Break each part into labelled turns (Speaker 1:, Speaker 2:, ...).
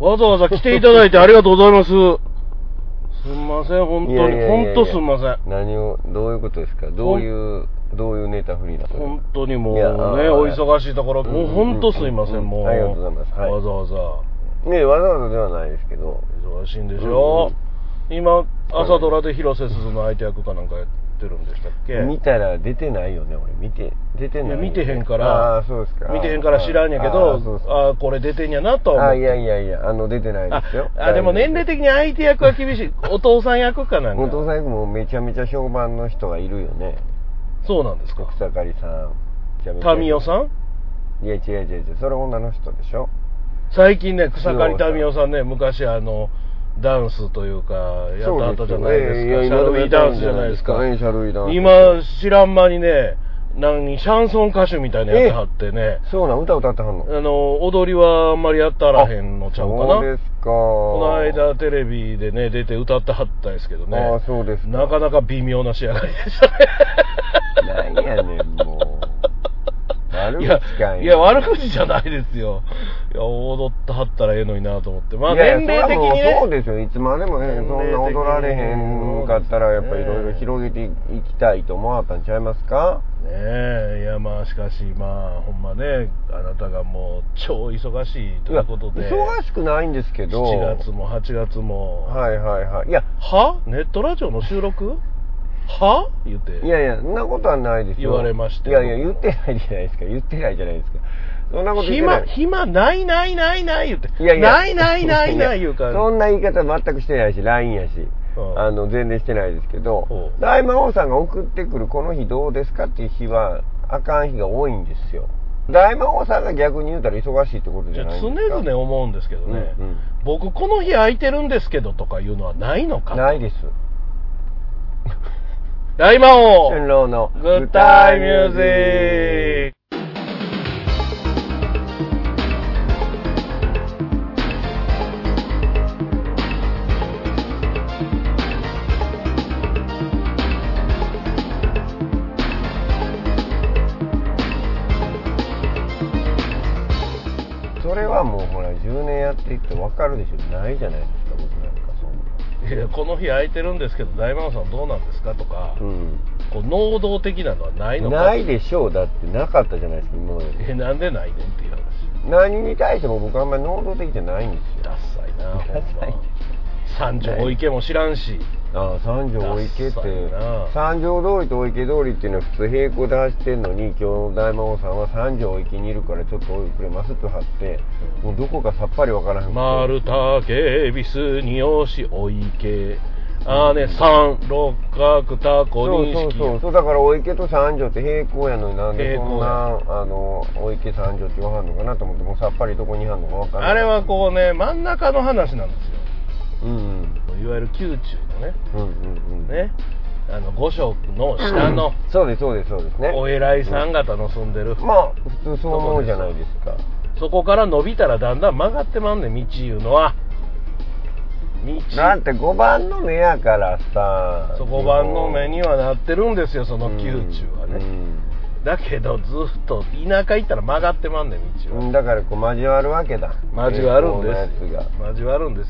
Speaker 1: わざわざ来ていただいてありがとうございます。すんません、本当に。本当すんません。
Speaker 2: 何をどういうことですかどういうどういうネタフリーだ
Speaker 1: 本当にもう
Speaker 2: い
Speaker 1: ね、
Speaker 2: や
Speaker 1: お忙しいところ、
Speaker 2: うん
Speaker 1: もう本当すいません、
Speaker 2: うん
Speaker 1: もう。
Speaker 2: ありがとうございますはい
Speaker 1: わざわざ。
Speaker 2: ねわざわざではないですけど
Speaker 1: 忙しいんでしょ。今、
Speaker 2: い
Speaker 1: 朝ドラで広瀬すずの相手役かなんかやってるんでしたっけ
Speaker 2: 見たら出てないよね俺見て出てない
Speaker 1: いや見てへんから
Speaker 2: ああそうですか
Speaker 1: 見てへんから知らんやけ
Speaker 2: ああ
Speaker 1: ど
Speaker 2: そうっす、か
Speaker 1: ああ、これ出てんやなとは思っ
Speaker 2: あ
Speaker 1: て
Speaker 2: いやいやいやあの出てないですよ
Speaker 1: ああでも年齢的に相手役は厳しいお父さん役かなんか
Speaker 2: お父さんもめちゃめちゃ評判の人がいるよね
Speaker 1: そうなんですか
Speaker 2: 奥草刈さんめちゃめちゃ
Speaker 1: 民生さん
Speaker 2: いや違う違う違うそれ女の人でしょ
Speaker 1: 最近ね草刈民生さんね昔あのダンスというかやった後じゃないですか
Speaker 2: そう
Speaker 1: シ
Speaker 2: よ
Speaker 1: ャルウィーダンスじゃないですか
Speaker 2: ええシャルウィーダンス
Speaker 1: 今知らん間にね何シャンソン歌手みたいなやつはってね
Speaker 2: そうなん歌歌ってはんの
Speaker 1: あの踊りはあんまりやったらへんのちゃうか
Speaker 2: そうで
Speaker 1: な
Speaker 2: すか
Speaker 1: こ
Speaker 2: こ
Speaker 1: の間テレビでね出て歌ってはったんですけどね
Speaker 2: ああそうですか
Speaker 1: なかなか微妙な仕上がりでしたね
Speaker 2: なんやねん、もう。 悪
Speaker 1: い
Speaker 2: 口
Speaker 1: や
Speaker 2: か、
Speaker 1: いや、悪
Speaker 2: 口。
Speaker 1: 口じゃないですよ。いや、踊ってはったらええのになと思って。まあ、
Speaker 2: いや
Speaker 1: 年齢的に
Speaker 2: いやそれはもうそう
Speaker 1: ね。
Speaker 2: ですよ。いつまでもね、そ
Speaker 1: 年齢的に
Speaker 2: んな踊られへんかったら、やっぱいろいろ広げていきたいと思わはったんちゃいますか
Speaker 1: ねえ、いや、まあ、しかし、まあ、ほんまね、あなたがもう、超忙しいということで。
Speaker 2: いや忙しくないんですけど。
Speaker 1: 7月も8月も。
Speaker 2: はいはいはい。いや、
Speaker 1: はネットラジオの収録は言って。
Speaker 2: いやいや、そんなことはないですよ。
Speaker 1: 言われまして
Speaker 2: いやいや、言ってないじゃないですか。言ってないじゃないですか。そんなこと言ってな
Speaker 1: 暇、
Speaker 2: い。
Speaker 1: 暇ないないないない言って。
Speaker 2: いやいや。
Speaker 1: ないないないない言うから。
Speaker 2: そんな言い方全くしてないし、LINE やし。
Speaker 1: うん
Speaker 2: あの、全然してないですけど
Speaker 1: ほ、う
Speaker 2: 大魔王さんが送ってくるこの日どうですかっていう日は、あかん日が多いんですよ。大魔王さんが逆に言うたら忙しいってことじ
Speaker 1: じ
Speaker 2: ゃ
Speaker 1: ゃ
Speaker 2: ない
Speaker 1: あ
Speaker 2: です
Speaker 1: 常
Speaker 2: か。
Speaker 1: 々思うんですけどね、
Speaker 2: うんうん
Speaker 1: 僕この日空いてるんですけどとかいうのはないのか
Speaker 2: ないです。
Speaker 1: 大魔王
Speaker 2: 春郎の
Speaker 1: グッタイミュージック
Speaker 2: それはもうほら、10年やっていって分かるでしょ。ないじゃないですか、僕なんかそんな。
Speaker 1: いやこの日空いてるんですけど大魔王さんどうなんですかとか、
Speaker 2: うん
Speaker 1: こう能動的なのはないのか
Speaker 2: ないでしょうだってなかったじゃないですか今まで
Speaker 1: えなんでないねんっていう話
Speaker 2: 何に対しても僕あんまり能動的じゃないんですよ
Speaker 1: ダッサいなほん
Speaker 2: ダッサい
Speaker 1: ま三条お池も知らんし
Speaker 2: ああ三条大池っ
Speaker 1: ダッサい
Speaker 2: て
Speaker 1: な
Speaker 2: 三条通りと大池通りっていうのは普通平行で走ってんのに今日大魔王さんは三条大池にいるからちょっと遅れますと張ってもうどこかさっぱりわからへん
Speaker 1: 丸竹ビスによしお池あーね三六角タコ
Speaker 2: そう
Speaker 1: 錦
Speaker 2: そうそうそうだから大池と三条って平行やのになんでそん
Speaker 1: 平
Speaker 2: なあの大池三条って言わはんのかなと思ってもうさっぱりどこにいはんのかわから
Speaker 1: あ
Speaker 2: ん
Speaker 1: れはこうね真ん中の話なんですよ
Speaker 2: うんうん
Speaker 1: いわゆる宮中のね
Speaker 2: うんうんうん
Speaker 1: ねあの五色の下の
Speaker 2: そうですそうですそうですね
Speaker 1: お偉いさん方の住んでる、
Speaker 2: まあ普通そう思うじゃないですか
Speaker 1: そこから伸びたらだんだん曲がってまんねん道いうのは
Speaker 2: だ
Speaker 1: 道
Speaker 2: って5番の目やからさ
Speaker 1: そこ番の目にはなってるんですよその宮中は
Speaker 2: う
Speaker 1: ね、
Speaker 2: ん
Speaker 1: だけどずっと田舎行ったら曲がってまんねん道
Speaker 2: う
Speaker 1: は、
Speaker 2: んだからこう交わるわけだ
Speaker 1: 交わるんで
Speaker 2: 平行
Speaker 1: す
Speaker 2: のやつ
Speaker 1: 交わるんです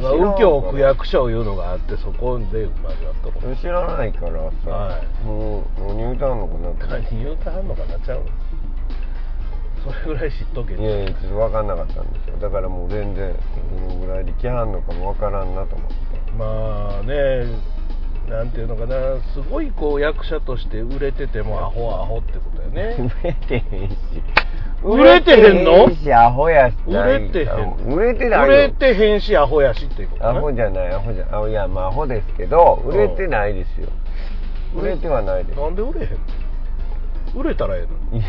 Speaker 2: が
Speaker 1: まあ右京区役所いうのがあってそこで交わったこと
Speaker 2: それ知らないからさ、
Speaker 1: はい
Speaker 2: もうもう入団のかなって
Speaker 1: 何言うてはんのかなっちゃうんですそれぐらい知っとけっ
Speaker 2: い
Speaker 1: て
Speaker 2: やいやちょっと分かんなかったんですよだからもう全然どのぐらいで来はんのかも分からんなと 思って
Speaker 1: まあねなんていうのかなすごいこう役者として売れててもアホアホってことよね
Speaker 2: 売れてへんし
Speaker 1: 売れてへんの
Speaker 2: 売れてへんしアホやしない
Speaker 1: 売れてへん
Speaker 2: 売れてない
Speaker 1: 売
Speaker 2: よ
Speaker 1: れてへんしアホやしっていうこと
Speaker 2: アホ
Speaker 1: ね
Speaker 2: じゃない、アホじゃ、あいや、まあ、アホですけど、
Speaker 1: うん
Speaker 2: 売れてないですよ。売れてはないです。
Speaker 1: なんで売れへんの売れたらええのに
Speaker 2: いや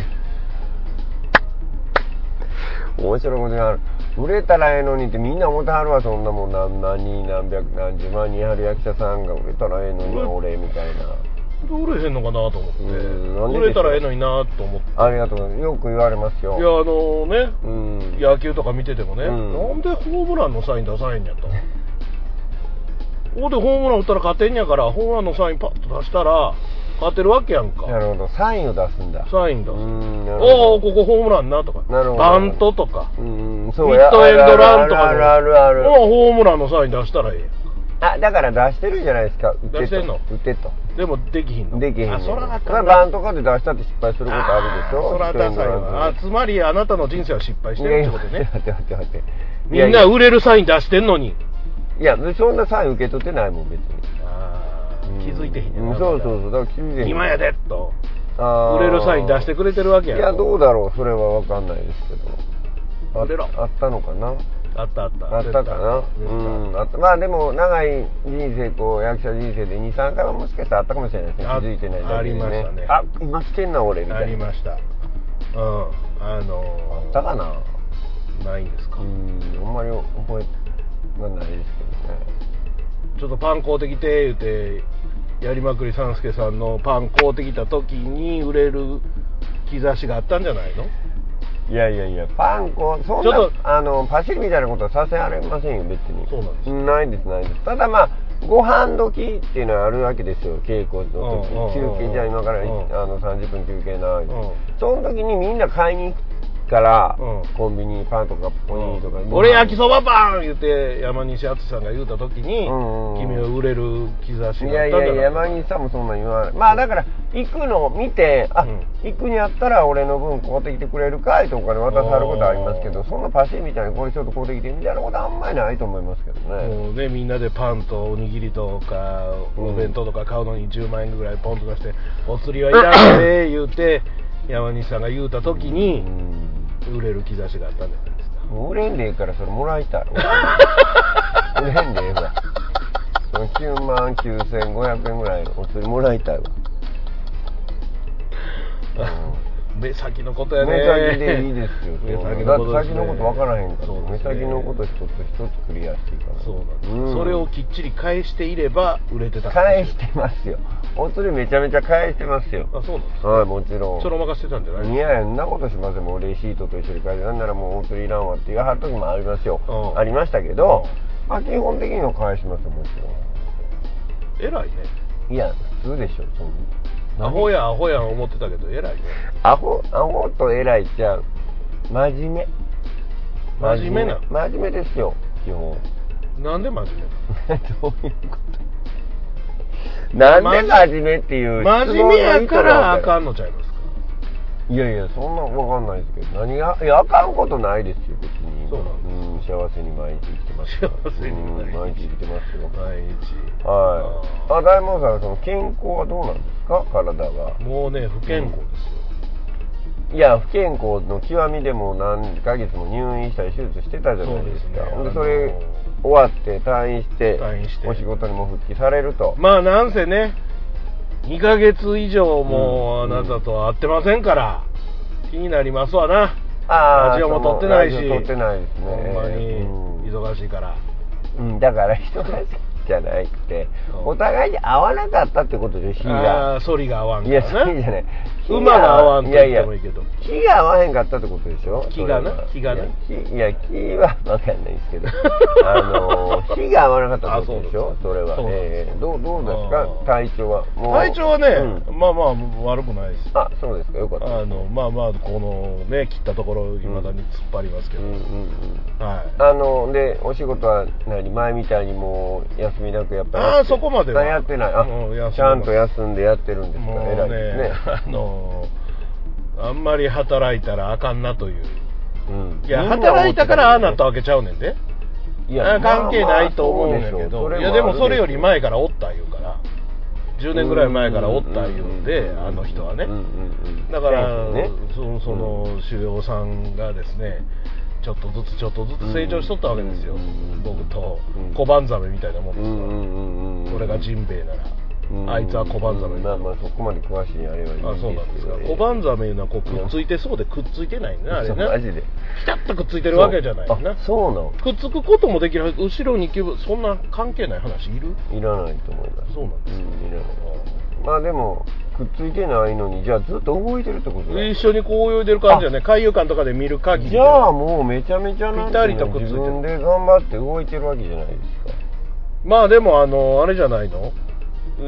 Speaker 2: 面白いことになる。売れたらええのにってみんな思ってはるわ、そんなもん、何、何、何百、何十万人ある役者さんが売れたらええのに、
Speaker 1: うん
Speaker 2: 俺、みたいな。
Speaker 1: 売れへんのかなと思って
Speaker 2: うんなんででしょう
Speaker 1: 売れたらええのになと思って
Speaker 2: ありがとうございます。よく言われます
Speaker 1: いやあ
Speaker 2: よ。
Speaker 1: のね
Speaker 2: うん。
Speaker 1: 野球とか見ててもね、
Speaker 2: うん
Speaker 1: なんでホームランのサイン出さへんやとここでホームラン打ったら勝てんやからホームランのサインパッと出したら勝てるわけやんか
Speaker 2: なるほどサインを出すんだ
Speaker 1: サインだ
Speaker 2: う
Speaker 1: お
Speaker 2: んなる
Speaker 1: おー
Speaker 2: ほど
Speaker 1: ここホームランなとか
Speaker 2: なるほど
Speaker 1: バントとか
Speaker 2: うん
Speaker 1: ヒ
Speaker 2: そうや
Speaker 1: ットエンドランとか
Speaker 2: あるあるあるあるある
Speaker 1: もうホームランのサイン出したらええやん
Speaker 2: あだから出してるじゃないですか打
Speaker 1: 出してんの
Speaker 2: 打ってと
Speaker 1: でもできひんの
Speaker 2: できへんねん
Speaker 1: あそらあ
Speaker 2: そ
Speaker 1: か
Speaker 2: れは
Speaker 1: ん
Speaker 2: バ
Speaker 1: な
Speaker 2: ンとかで出したって失敗することあるでし
Speaker 1: あー
Speaker 2: ょ
Speaker 1: そらダサいわあつまりあなたの人生は失敗してるってこと
Speaker 2: いやいや
Speaker 1: ね
Speaker 2: 待って待って待って
Speaker 1: みんな売れるサイン出してんのに
Speaker 2: いやそんなサイン受け取ってないもん別に
Speaker 1: あー気づいてへんねん
Speaker 2: う
Speaker 1: な
Speaker 2: そうそうそうだから気づいてへん
Speaker 1: 今やでと
Speaker 2: あー
Speaker 1: 売れるサイン出してくれてるわけや
Speaker 2: いやどうだろうそれは分かんないですけどあ
Speaker 1: 売れろ
Speaker 2: あったのかな
Speaker 1: あったあった
Speaker 2: あったかな
Speaker 1: 絶対
Speaker 2: うんあったまあでも長い人生こう役者人生で23回はもしかしたらあったかもしれないですね気
Speaker 1: あ
Speaker 2: づいてないだけで、ね、
Speaker 1: ありましたね
Speaker 2: あ今来てんな俺み
Speaker 1: あ
Speaker 2: た
Speaker 1: り
Speaker 2: いな
Speaker 1: ましたうんあのー
Speaker 2: あったかな
Speaker 1: ないんですか、
Speaker 2: うんあんまり覚えがないですけどね
Speaker 1: ちょっとパン買うてきて言うてやりまくりさんすけさんのパン買うてきた時に売れる兆しがあったんじゃないの
Speaker 2: いやいやいやパン粉そん
Speaker 1: ちょ
Speaker 2: な
Speaker 1: っと
Speaker 2: あのパシリみたいなことはさせられませんよ別に
Speaker 1: そうなんです
Speaker 2: ないですないですただまあご飯時っていうのはあるわけですよ稽古の
Speaker 1: うんうん
Speaker 2: 時
Speaker 1: うんうん
Speaker 2: 休憩じゃあ今からい
Speaker 1: うん
Speaker 2: あの30分休憩な、
Speaker 1: ん
Speaker 2: その時にみんな買いに行くから、
Speaker 1: うん
Speaker 2: コンビニパンとかおにぎりとか、
Speaker 1: 俺焼き
Speaker 2: ば
Speaker 1: そばパン言って山西淳さんが言うた時に、
Speaker 2: うんうんうん
Speaker 1: 君は売れる兆しがあったんじ
Speaker 2: い
Speaker 1: ゃない
Speaker 2: や
Speaker 1: い
Speaker 2: やいや山岸さんもそんなん言わないまあだから行くのを見てあ、
Speaker 1: うん
Speaker 2: 行くにあったら俺の分買うてきてくれるかいとお金渡されることはありますけど
Speaker 1: あー
Speaker 2: そんなパシリみたいにこれちょっと買うてきてみたいなことあんまりないと思いますけどね、
Speaker 1: もうねみんなでパンとおにぎりとか
Speaker 2: うん
Speaker 1: お弁当とか買うのに10万円ぐらいポンと出して「お釣りはいらんで」言うて山西さんが言うた時に
Speaker 2: うん
Speaker 1: 売れる兆しがあったんじゃないですか
Speaker 2: もう売れんでええからそれもらいたい売 れんでええわその9万9500円ぐらいお釣りもらい たいわ、うん
Speaker 1: 目先のことやね
Speaker 2: 目先でいいですよ。
Speaker 1: 目先
Speaker 2: だ
Speaker 1: のこ
Speaker 2: って
Speaker 1: とです
Speaker 2: 先
Speaker 1: ね
Speaker 2: のこと分からへんから、
Speaker 1: そうです
Speaker 2: 目
Speaker 1: ね
Speaker 2: 先のこと一つ一つクリアしていかない。
Speaker 1: そうなんです、
Speaker 2: ん
Speaker 1: それをきっちり返していれば売れてた
Speaker 2: 返してますよ。お釣りめちゃめちゃ返してますよ。
Speaker 1: あそうなんです
Speaker 2: はい、もちろん。
Speaker 1: それを任せてたんじゃない
Speaker 2: いやいや、そんなことしません。もうレシートと一緒に返して、なんならもうお釣りいらんわって言わはる時もありますよ。
Speaker 1: うん
Speaker 2: ありましたけど、まあ基本的には返しますよ、もち
Speaker 1: 偉いね
Speaker 2: ろん。いや、普通でしょ、そんな。
Speaker 1: アホやアホや思ってたけど偉いね
Speaker 2: アホ、アホと偉いちゃう。真面目。
Speaker 1: 真面目な
Speaker 2: 真面目ですよ、基本。
Speaker 1: なんで真面目なの
Speaker 2: どういうことなんで真面目っていう
Speaker 1: 真面目やからあか
Speaker 2: ん
Speaker 1: んのちゃいますか
Speaker 2: いやいやそんなんわかんないですけど何がいやあかんことないですよ別に
Speaker 1: そうなんで
Speaker 2: うん幸せに毎日生きてます
Speaker 1: 幸せに
Speaker 2: うん毎日生きてますよ
Speaker 1: 毎日
Speaker 2: はいあ大門さんその健康はどうなんですか体が
Speaker 1: もうね不健康ですよ、
Speaker 2: いや不健康の極みでも何ヶ月も入院したり手術してたじゃないです
Speaker 1: そう
Speaker 2: か
Speaker 1: ですね
Speaker 2: ほんで
Speaker 1: あの
Speaker 2: それ終わって退院して
Speaker 1: 退院して
Speaker 2: お仕事にも復帰されると
Speaker 1: まあなんせね2ヶ月以上も
Speaker 2: う
Speaker 1: あ
Speaker 2: ん
Speaker 1: なたとは会ってませんから、気になりますわな
Speaker 2: あー
Speaker 1: ラジオも撮ってないし
Speaker 2: ラジオ撮ってないですね
Speaker 1: ほんまに
Speaker 2: うん
Speaker 1: 忙しいから、
Speaker 2: うん、だから人が好きじゃなくて
Speaker 1: そう
Speaker 2: お互いに合わなかったってことでしょ日
Speaker 1: あ
Speaker 2: が
Speaker 1: あーソリが合わん
Speaker 2: い
Speaker 1: か
Speaker 2: や
Speaker 1: ら
Speaker 2: そうじゃない日
Speaker 1: 馬が合わんと
Speaker 2: いやい
Speaker 1: 言っ
Speaker 2: や
Speaker 1: てもいいけど
Speaker 2: 気が合わへんかったってことでしょ
Speaker 1: 気がな
Speaker 2: それ
Speaker 1: 気がない
Speaker 2: や気いや気は分かんないですけ どあのー気が合わなかったってことでしょ
Speaker 1: あ
Speaker 2: そ
Speaker 1: そう
Speaker 2: れ
Speaker 1: です
Speaker 2: は
Speaker 1: そうなんで
Speaker 2: え
Speaker 1: す
Speaker 2: えどうどうです
Speaker 1: あ
Speaker 2: か
Speaker 1: ー
Speaker 2: 体調はもう
Speaker 1: 体調はね、
Speaker 2: うん
Speaker 1: まあまあ悪くないです
Speaker 2: あそうですかよかった
Speaker 1: あのまあまあこのね切ったところいまだに突っ張りますけ
Speaker 2: う
Speaker 1: ど、
Speaker 2: んうんうん
Speaker 1: はい
Speaker 2: あのでお仕事は何前みたいにもう休みなくやっぱりやって
Speaker 1: あーそこまでは
Speaker 2: やってないあ
Speaker 1: もう休んでます
Speaker 2: ちゃんと休んでやってるんですか
Speaker 1: もう
Speaker 2: 偉い
Speaker 1: ね
Speaker 2: ですね
Speaker 1: あのあんまり働いたらあかんなという
Speaker 2: うん
Speaker 1: いや働いたからああなったわけちゃうねんで
Speaker 2: い
Speaker 1: いや関係ないと思うん
Speaker 2: まあ
Speaker 1: や
Speaker 2: まあ
Speaker 1: け
Speaker 2: そ
Speaker 1: ど、
Speaker 2: うしょ
Speaker 1: いやでもそれより前
Speaker 2: か
Speaker 1: からおった言うから10年ぐらい前からおった言うんであの人はねだから、そのその主要さんがですねちょっとずつちょっとずつ成長しとったわけですよ、
Speaker 2: うんうん
Speaker 1: 僕と
Speaker 2: うん
Speaker 1: 小判ザメみたいなもん
Speaker 2: う
Speaker 1: です
Speaker 2: んうんうんうん
Speaker 1: 俺がジンベエなら、あいつは小判ザメ、
Speaker 2: まあまあそこまで詳しいあれはいい
Speaker 1: あそうなんですか
Speaker 2: けど
Speaker 1: 小判ザメいうのはこうくっついてそうでくっついてないねあれ
Speaker 2: そう
Speaker 1: ね
Speaker 2: マジ
Speaker 1: ピ
Speaker 2: で
Speaker 1: タッとくっついてるわけじゃない
Speaker 2: あ
Speaker 1: ね
Speaker 2: そうなの
Speaker 1: くっつくこともできる後ろに行けばそんな関係ない話いる
Speaker 2: いらないと思います
Speaker 1: そうなんですか
Speaker 2: うんいらないまあでもくっついてないのにじゃあずっと動いてるってことだ
Speaker 1: 一緒にこう泳いでる感じやね海遊館とかで見る限り
Speaker 2: じゃあもうめちゃめちゃなんていう
Speaker 1: ぴったりと
Speaker 2: の
Speaker 1: くっつい
Speaker 2: 自
Speaker 1: てる
Speaker 2: 分で頑張って動いてるわけじゃないですか
Speaker 1: まあでもあのあれじゃないの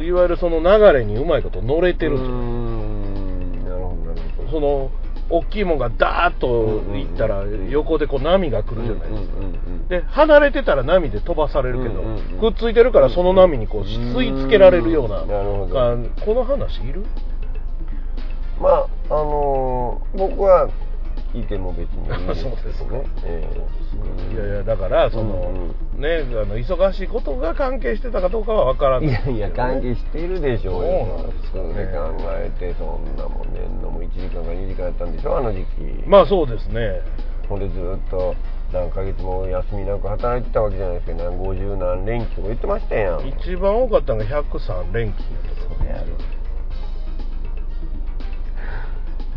Speaker 1: いわゆるその流れにうまいこと乗れてる
Speaker 2: うん
Speaker 1: ですよ
Speaker 2: んなるほどなるほど
Speaker 1: その大きいもんがダーッと行ったら
Speaker 2: うんうんうん
Speaker 1: 横でこう波が来るじゃないですか、
Speaker 2: うんうんうん
Speaker 1: で離れてたら波で飛ばされるけど、
Speaker 2: うんうんうん
Speaker 1: くっついてるからその波にこう吸い付けられるような
Speaker 2: うんなるほど
Speaker 1: 感この話いる
Speaker 2: まああのー僕はいても別にいい
Speaker 1: そう ですか
Speaker 2: ええ
Speaker 1: いやいやだからその、
Speaker 2: う
Speaker 1: ねあの忙しいことが関係してたかどうかは分からないい
Speaker 2: やいや関係してるでしょ
Speaker 1: そ
Speaker 2: うよ
Speaker 1: うなんですか
Speaker 2: そ
Speaker 1: ね
Speaker 2: れで考えてそんなもんねんのも1時間か2時間やったんでしょあの時期
Speaker 1: まあそうですね
Speaker 2: ほんでずっと何ヶ月も休みなく働いてたわけじゃないですか何50何連休とか言ってましたやん
Speaker 1: 一番多かったのが103連勤やったと思うんですよ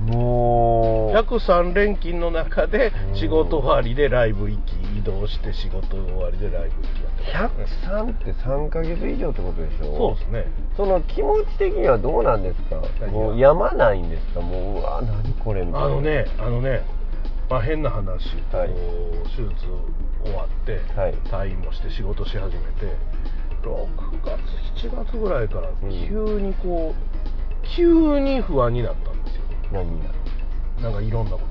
Speaker 2: もう
Speaker 1: 103連勤の中で
Speaker 2: うん
Speaker 1: 仕事終わりでライブ行き移動して仕事終わりでライブ行きやってましたね
Speaker 2: 103って3ヶ月以上ってことでし
Speaker 1: そ
Speaker 2: ょ
Speaker 1: うですね
Speaker 2: その気持ち的にはどうなんですか
Speaker 1: 何が
Speaker 2: もうやまないんですかもううわ何これみたいな
Speaker 1: あのねあのね、まあ、変な話、
Speaker 2: はい
Speaker 1: こう手術終わって、
Speaker 2: はい
Speaker 1: 退院もして仕事し始めて6月7月ぐらいから
Speaker 2: うん
Speaker 1: 急にこう、急に不安になったんですよ
Speaker 2: 何が
Speaker 1: なんかいろんなこと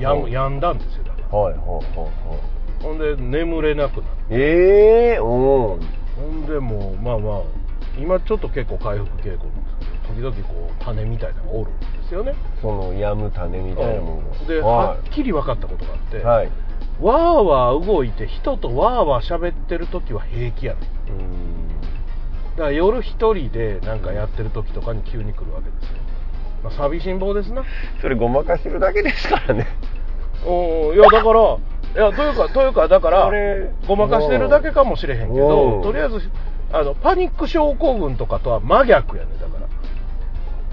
Speaker 1: がや
Speaker 2: うん
Speaker 1: んやんだんですよだから
Speaker 2: はいはいはいはい
Speaker 1: ほんで眠れなくなって
Speaker 2: ええおー
Speaker 1: ほんでもうまあまあ今ちょっと結構回復傾向なんですけど時々こう種みたいなのがおるんですよね
Speaker 2: そのやむ種みたいなもの
Speaker 1: で、
Speaker 2: は
Speaker 1: はっきり分かったことがあって、
Speaker 2: い、はい、
Speaker 1: わーわー動いて人とわーわー喋ってる時は平気やねん
Speaker 2: うーん
Speaker 1: だから夜一人でなんかやってる時とかに急に来るわけですよ、まあ、寂しん坊ですな
Speaker 2: それごまかしてるだけですからね
Speaker 1: おいやだからいやというかというかだから
Speaker 2: それ
Speaker 1: ごまかしてるだけかもしれへんけ
Speaker 2: うん
Speaker 1: どとりあえずあのパニック症候群とかとは真逆やねだから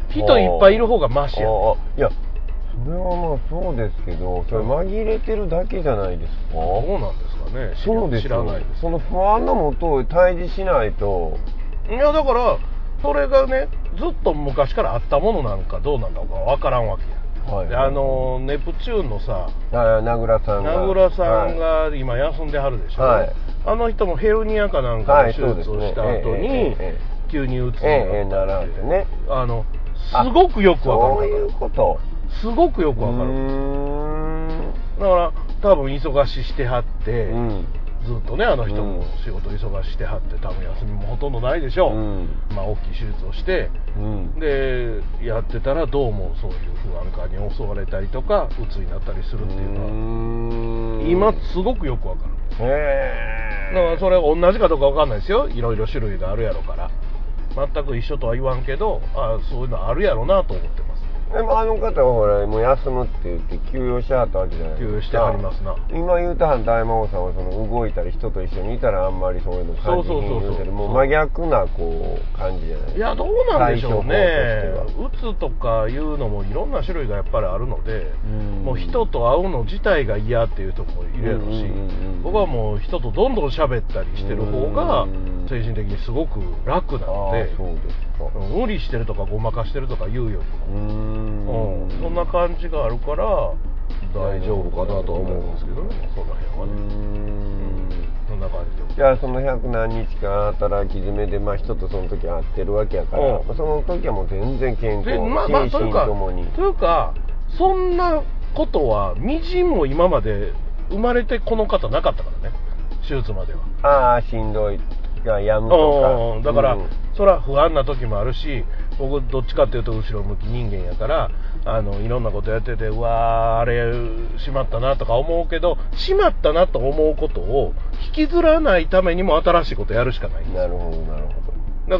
Speaker 1: 人いっぱいいる方がマシやね
Speaker 2: ああいやそれはまあそうですけどそれ紛れてるだけじゃないですか
Speaker 1: そうなんですかね知ら
Speaker 2: そうです
Speaker 1: 知
Speaker 2: よ
Speaker 1: らないです
Speaker 2: その不安のもとを対峙しないと
Speaker 1: いやだからそれがねずっと昔からあったものなんかどうなんだかわからんわけや、
Speaker 2: はい
Speaker 1: であのネプチューンのさ
Speaker 2: あ名倉さんが
Speaker 1: 名倉さん
Speaker 2: はい
Speaker 1: が今休んではるでしょ、
Speaker 2: はい
Speaker 1: あの人もヘルニアかなんかの手術をした後
Speaker 2: はいそうですねええ
Speaker 1: に
Speaker 2: ええ
Speaker 1: 急にうつ
Speaker 2: ええええ
Speaker 1: に
Speaker 2: な
Speaker 1: な
Speaker 2: ら
Speaker 1: っ
Speaker 2: れ
Speaker 1: て
Speaker 2: てね
Speaker 1: あのすごくよくわか
Speaker 2: そうい
Speaker 1: る
Speaker 2: うこと
Speaker 1: すごくよくわか
Speaker 2: う
Speaker 1: る
Speaker 2: ーん
Speaker 1: だから多分忙ししてはって、
Speaker 2: うん
Speaker 1: ずっとねあの人
Speaker 2: うん
Speaker 1: も仕事忙ししてはって多分休みもほとんどないでしょう、
Speaker 2: うん
Speaker 1: まあ大きい手術をして
Speaker 2: うん
Speaker 1: でやってたらどうもそういう不安感に襲われたりとか鬱になったりするっていう
Speaker 2: う
Speaker 1: のは
Speaker 2: ーん
Speaker 1: 今すごくよくわかる
Speaker 2: へ
Speaker 1: だ
Speaker 2: え
Speaker 1: からそれ同じかどうかわかんないですよいろいろ種類があるやろから全く一緒とは言わんけどあそういうのあるやろなと思ってます
Speaker 2: でもあの方はほらもう休むって言って休養してはったわけじゃないですか
Speaker 1: 休養してはりますな
Speaker 2: 今言うたはん大魔王さんはその動いたり人と一緒にいたらあんまりそういうの感じ
Speaker 1: そうそうそう
Speaker 2: に
Speaker 1: そう
Speaker 2: 言うてるもう真逆なこう感じじゃないですか
Speaker 1: いやどうなんでしょうね
Speaker 2: 対処法としては
Speaker 1: 鬱とかいうのもいろんな種類がやっぱりあるので
Speaker 2: うん
Speaker 1: もう人と会うの自体が嫌っていうところもいるやろ
Speaker 2: う
Speaker 1: し
Speaker 2: んうんうんうん
Speaker 1: 僕はもう人とどんどん喋ったりしてる方が
Speaker 2: うん
Speaker 1: 精神的にすごく楽なの
Speaker 2: あ
Speaker 1: で
Speaker 2: あそうですか
Speaker 1: うん無理してるとかごまかしてるとか言うよ
Speaker 2: う
Speaker 1: り
Speaker 2: ー
Speaker 1: も、う
Speaker 2: ん
Speaker 1: んそんな感じがあるから大丈夫かなとは思うんですけどねその辺は
Speaker 2: うー
Speaker 1: ね
Speaker 2: ん
Speaker 1: そんな感じで
Speaker 2: じゃあその百何日間働き詰めで、まあ、人とその時会ってるわけやから、
Speaker 1: うん
Speaker 2: その時はもう全然健康
Speaker 1: でまあまあとい
Speaker 2: 心身
Speaker 1: うか
Speaker 2: ともに
Speaker 1: というかそんなことはみじんも今まで生まれてこの方なかったからね手術までは
Speaker 2: ああしんどいがやむ
Speaker 1: う
Speaker 2: と
Speaker 1: ん
Speaker 2: か
Speaker 1: だから、
Speaker 2: うん
Speaker 1: それは不安な時もあるし僕どっちかっていうと後ろ向き人間やからあのいろんなことやっててうわーあれしまったなとか思うけどしまったなと思うことを引きずらないためにも新しいことやるしかないんです
Speaker 2: なるほどなるほど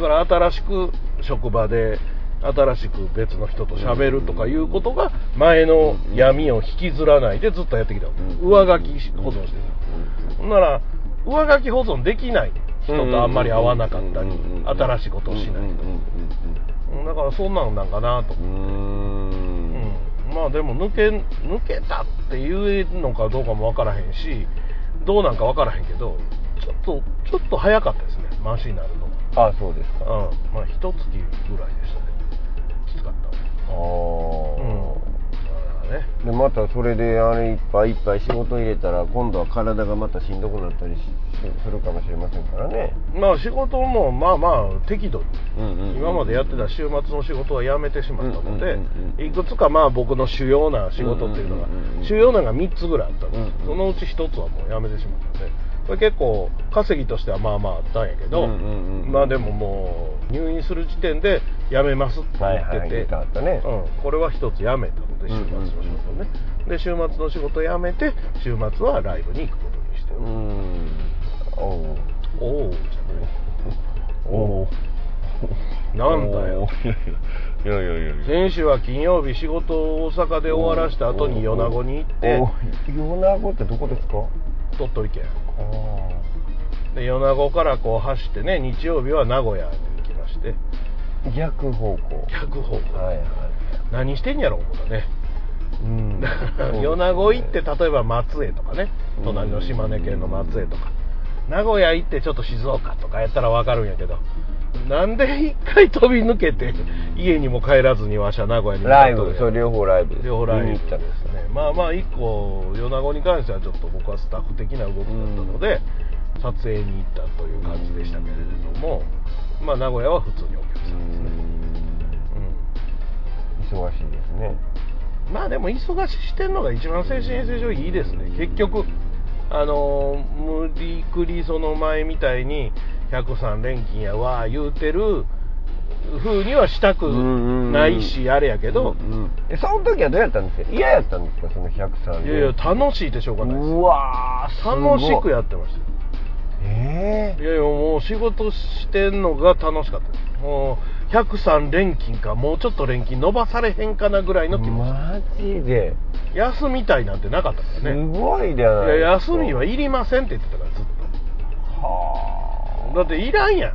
Speaker 1: だから新しく職場で新しく別の人と喋るとかいうことが前の闇を引きずらないでずっとやってきた
Speaker 2: うん
Speaker 1: 上書き保存してたほんなら上書き保存できない人とあんまり合わなかったり新しいことをしないだからそんなんなんかなと
Speaker 2: う、
Speaker 1: うんん、まあでも抜け抜けたって言えるのかどうかも分からへんしどうなんか分からへんけどちょっとちょっと早かったですねマシになるのが。
Speaker 2: あそうですかあ
Speaker 1: うん、まあ一月ぐらいでしたねきつかったわ
Speaker 2: あ、
Speaker 1: うんからね
Speaker 2: でまたそれであれいっぱいいっぱい仕事入れたら今度は体がまたしんどくなったりしするかもしれませんからね
Speaker 1: まあ仕事もまあまあ適度に
Speaker 2: うんうんうん
Speaker 1: 今までやってた週末の仕事はやめてしまったので
Speaker 2: うんうんうんうん
Speaker 1: いくつかまあ僕の主要な仕事っていうのが
Speaker 2: うんうんうんうん
Speaker 1: 主要なのが3つぐらいあったんです
Speaker 2: うんうん
Speaker 1: そのうち1つはもうやめてしまったのでこれ結構稼ぎとしてはまあまああったんやけど
Speaker 2: うんうんうん
Speaker 1: まあでももう入院する時点でやめますって言
Speaker 2: はいは
Speaker 1: って
Speaker 2: い出
Speaker 1: て
Speaker 2: たあったね
Speaker 1: うん、これは一つやめたので週
Speaker 2: うん
Speaker 1: 末の仕事をね、で週末の仕事をやめて週末はライブに行くことにしてる、
Speaker 2: うーんおう
Speaker 1: おおじ
Speaker 2: おう
Speaker 1: ゃないなんだよ
Speaker 2: おういやいやいやいや
Speaker 1: 先週は金曜日仕事を大阪で終わらした後に米子に行って
Speaker 2: おう米子ってどこですか
Speaker 1: 鳥取県
Speaker 2: あ
Speaker 1: で米子からこう走ってね日曜日は名古屋に行きまして
Speaker 2: あ逆方向
Speaker 1: 逆方向、
Speaker 2: はいは
Speaker 1: 何してんやろ思ったね
Speaker 2: いうん
Speaker 1: だから 米子行って例えば松江とかね隣の島根県の松江とか名古屋行ってちょっと静岡とかやったらわかるんやけどなんで一回飛び抜けて家にも帰らずにわしは名古屋に
Speaker 2: ライブそう
Speaker 1: 両
Speaker 2: 両方ライブです
Speaker 1: 両方ライブ
Speaker 2: 見に行ったんで
Speaker 1: ですすねまあまあ一個米子に関してはちょっと僕はスタッフ的な動きだったので撮影に行ったという感じでしたけれどもまあ名古屋は普通にお客さんですねうん
Speaker 2: 忙しいですね
Speaker 1: まあでも忙ししてるのが一番精神衛生上いいですね結局あのー無理くりその前みたいに103連勤やわー言うてる風にはしたくないしあれやけど
Speaker 2: うんうんえその時はどうやったんですか嫌やったんですかその103
Speaker 1: い
Speaker 2: で
Speaker 1: やいや楽しいでしょうがないです
Speaker 2: うわーすごい
Speaker 1: 楽しくやってましたよ
Speaker 2: え
Speaker 1: いやいやもう仕事してんのが楽しかったですもう103連勤かもうちょっと連勤伸ばされへんかなぐらい
Speaker 2: え
Speaker 1: の気持ち
Speaker 2: マジで
Speaker 1: 休みたいなんてなかったから
Speaker 2: す
Speaker 1: ね
Speaker 2: ごいじゃないい
Speaker 1: や
Speaker 2: ですか
Speaker 1: 休みはいりませんって言ってたからずっ
Speaker 2: は
Speaker 1: とだっていらんや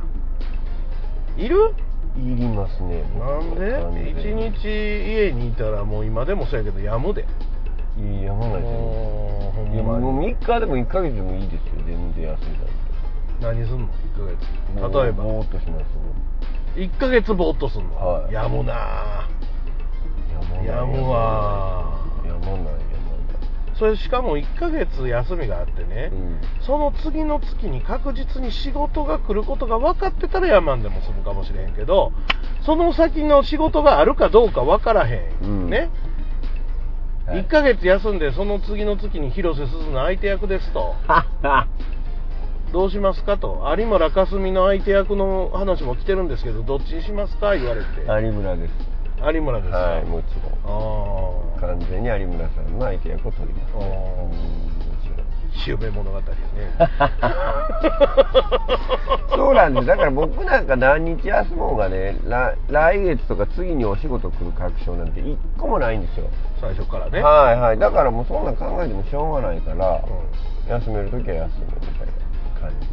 Speaker 1: んいる
Speaker 2: あいりますね
Speaker 1: なんで一日家にいたらもう今でもそうやけどやむで
Speaker 2: いややまないですよ
Speaker 1: もうほ
Speaker 2: いや
Speaker 1: ん
Speaker 2: も
Speaker 1: ま
Speaker 2: う
Speaker 1: に
Speaker 2: 3日でも1ヶ月でもいいですよ全然休み
Speaker 1: 何すんの
Speaker 2: だ
Speaker 1: 1
Speaker 2: っ
Speaker 1: ヶ
Speaker 2: て
Speaker 1: 月例え
Speaker 2: もうぼ
Speaker 1: ば
Speaker 2: ーっとします
Speaker 1: 1ヶ月ぼーっとすんの、
Speaker 2: はい
Speaker 1: やむなあ
Speaker 2: ね
Speaker 1: やむわ
Speaker 2: やまないや
Speaker 1: それしかも1ヶ月休みがあってね、
Speaker 2: まないうん
Speaker 1: その次の月に確実に仕事が来ることが分かってたらやまんでも済むかもしれへんけどその先の仕事があるかどうか分からへん、
Speaker 2: うん
Speaker 1: ね、
Speaker 2: はい
Speaker 1: 1ヶ月休んでその次の月に広瀬すずの相手役ですと
Speaker 2: はは
Speaker 1: どうしますかと有村架純の相手役の話も来てるんですけどどっちにしますか言われて、
Speaker 2: 有村です
Speaker 1: 有村ですか、
Speaker 2: はいもちろん
Speaker 1: ああ
Speaker 2: 完全に有村さんの相手役を取ります
Speaker 1: あ
Speaker 2: ね
Speaker 1: ー
Speaker 2: うんもちろん
Speaker 1: 潮辺物 語ね
Speaker 2: そうなんですだから僕なんか何日休もうがねら来月とか次にお仕事来る確証なんて一個もないんですよ、
Speaker 1: 最初からね、
Speaker 2: はいはいだからもうそんなん考えてもしょうがないか
Speaker 1: う
Speaker 2: ら、
Speaker 1: ん
Speaker 2: 休める時は休むみたいな感じ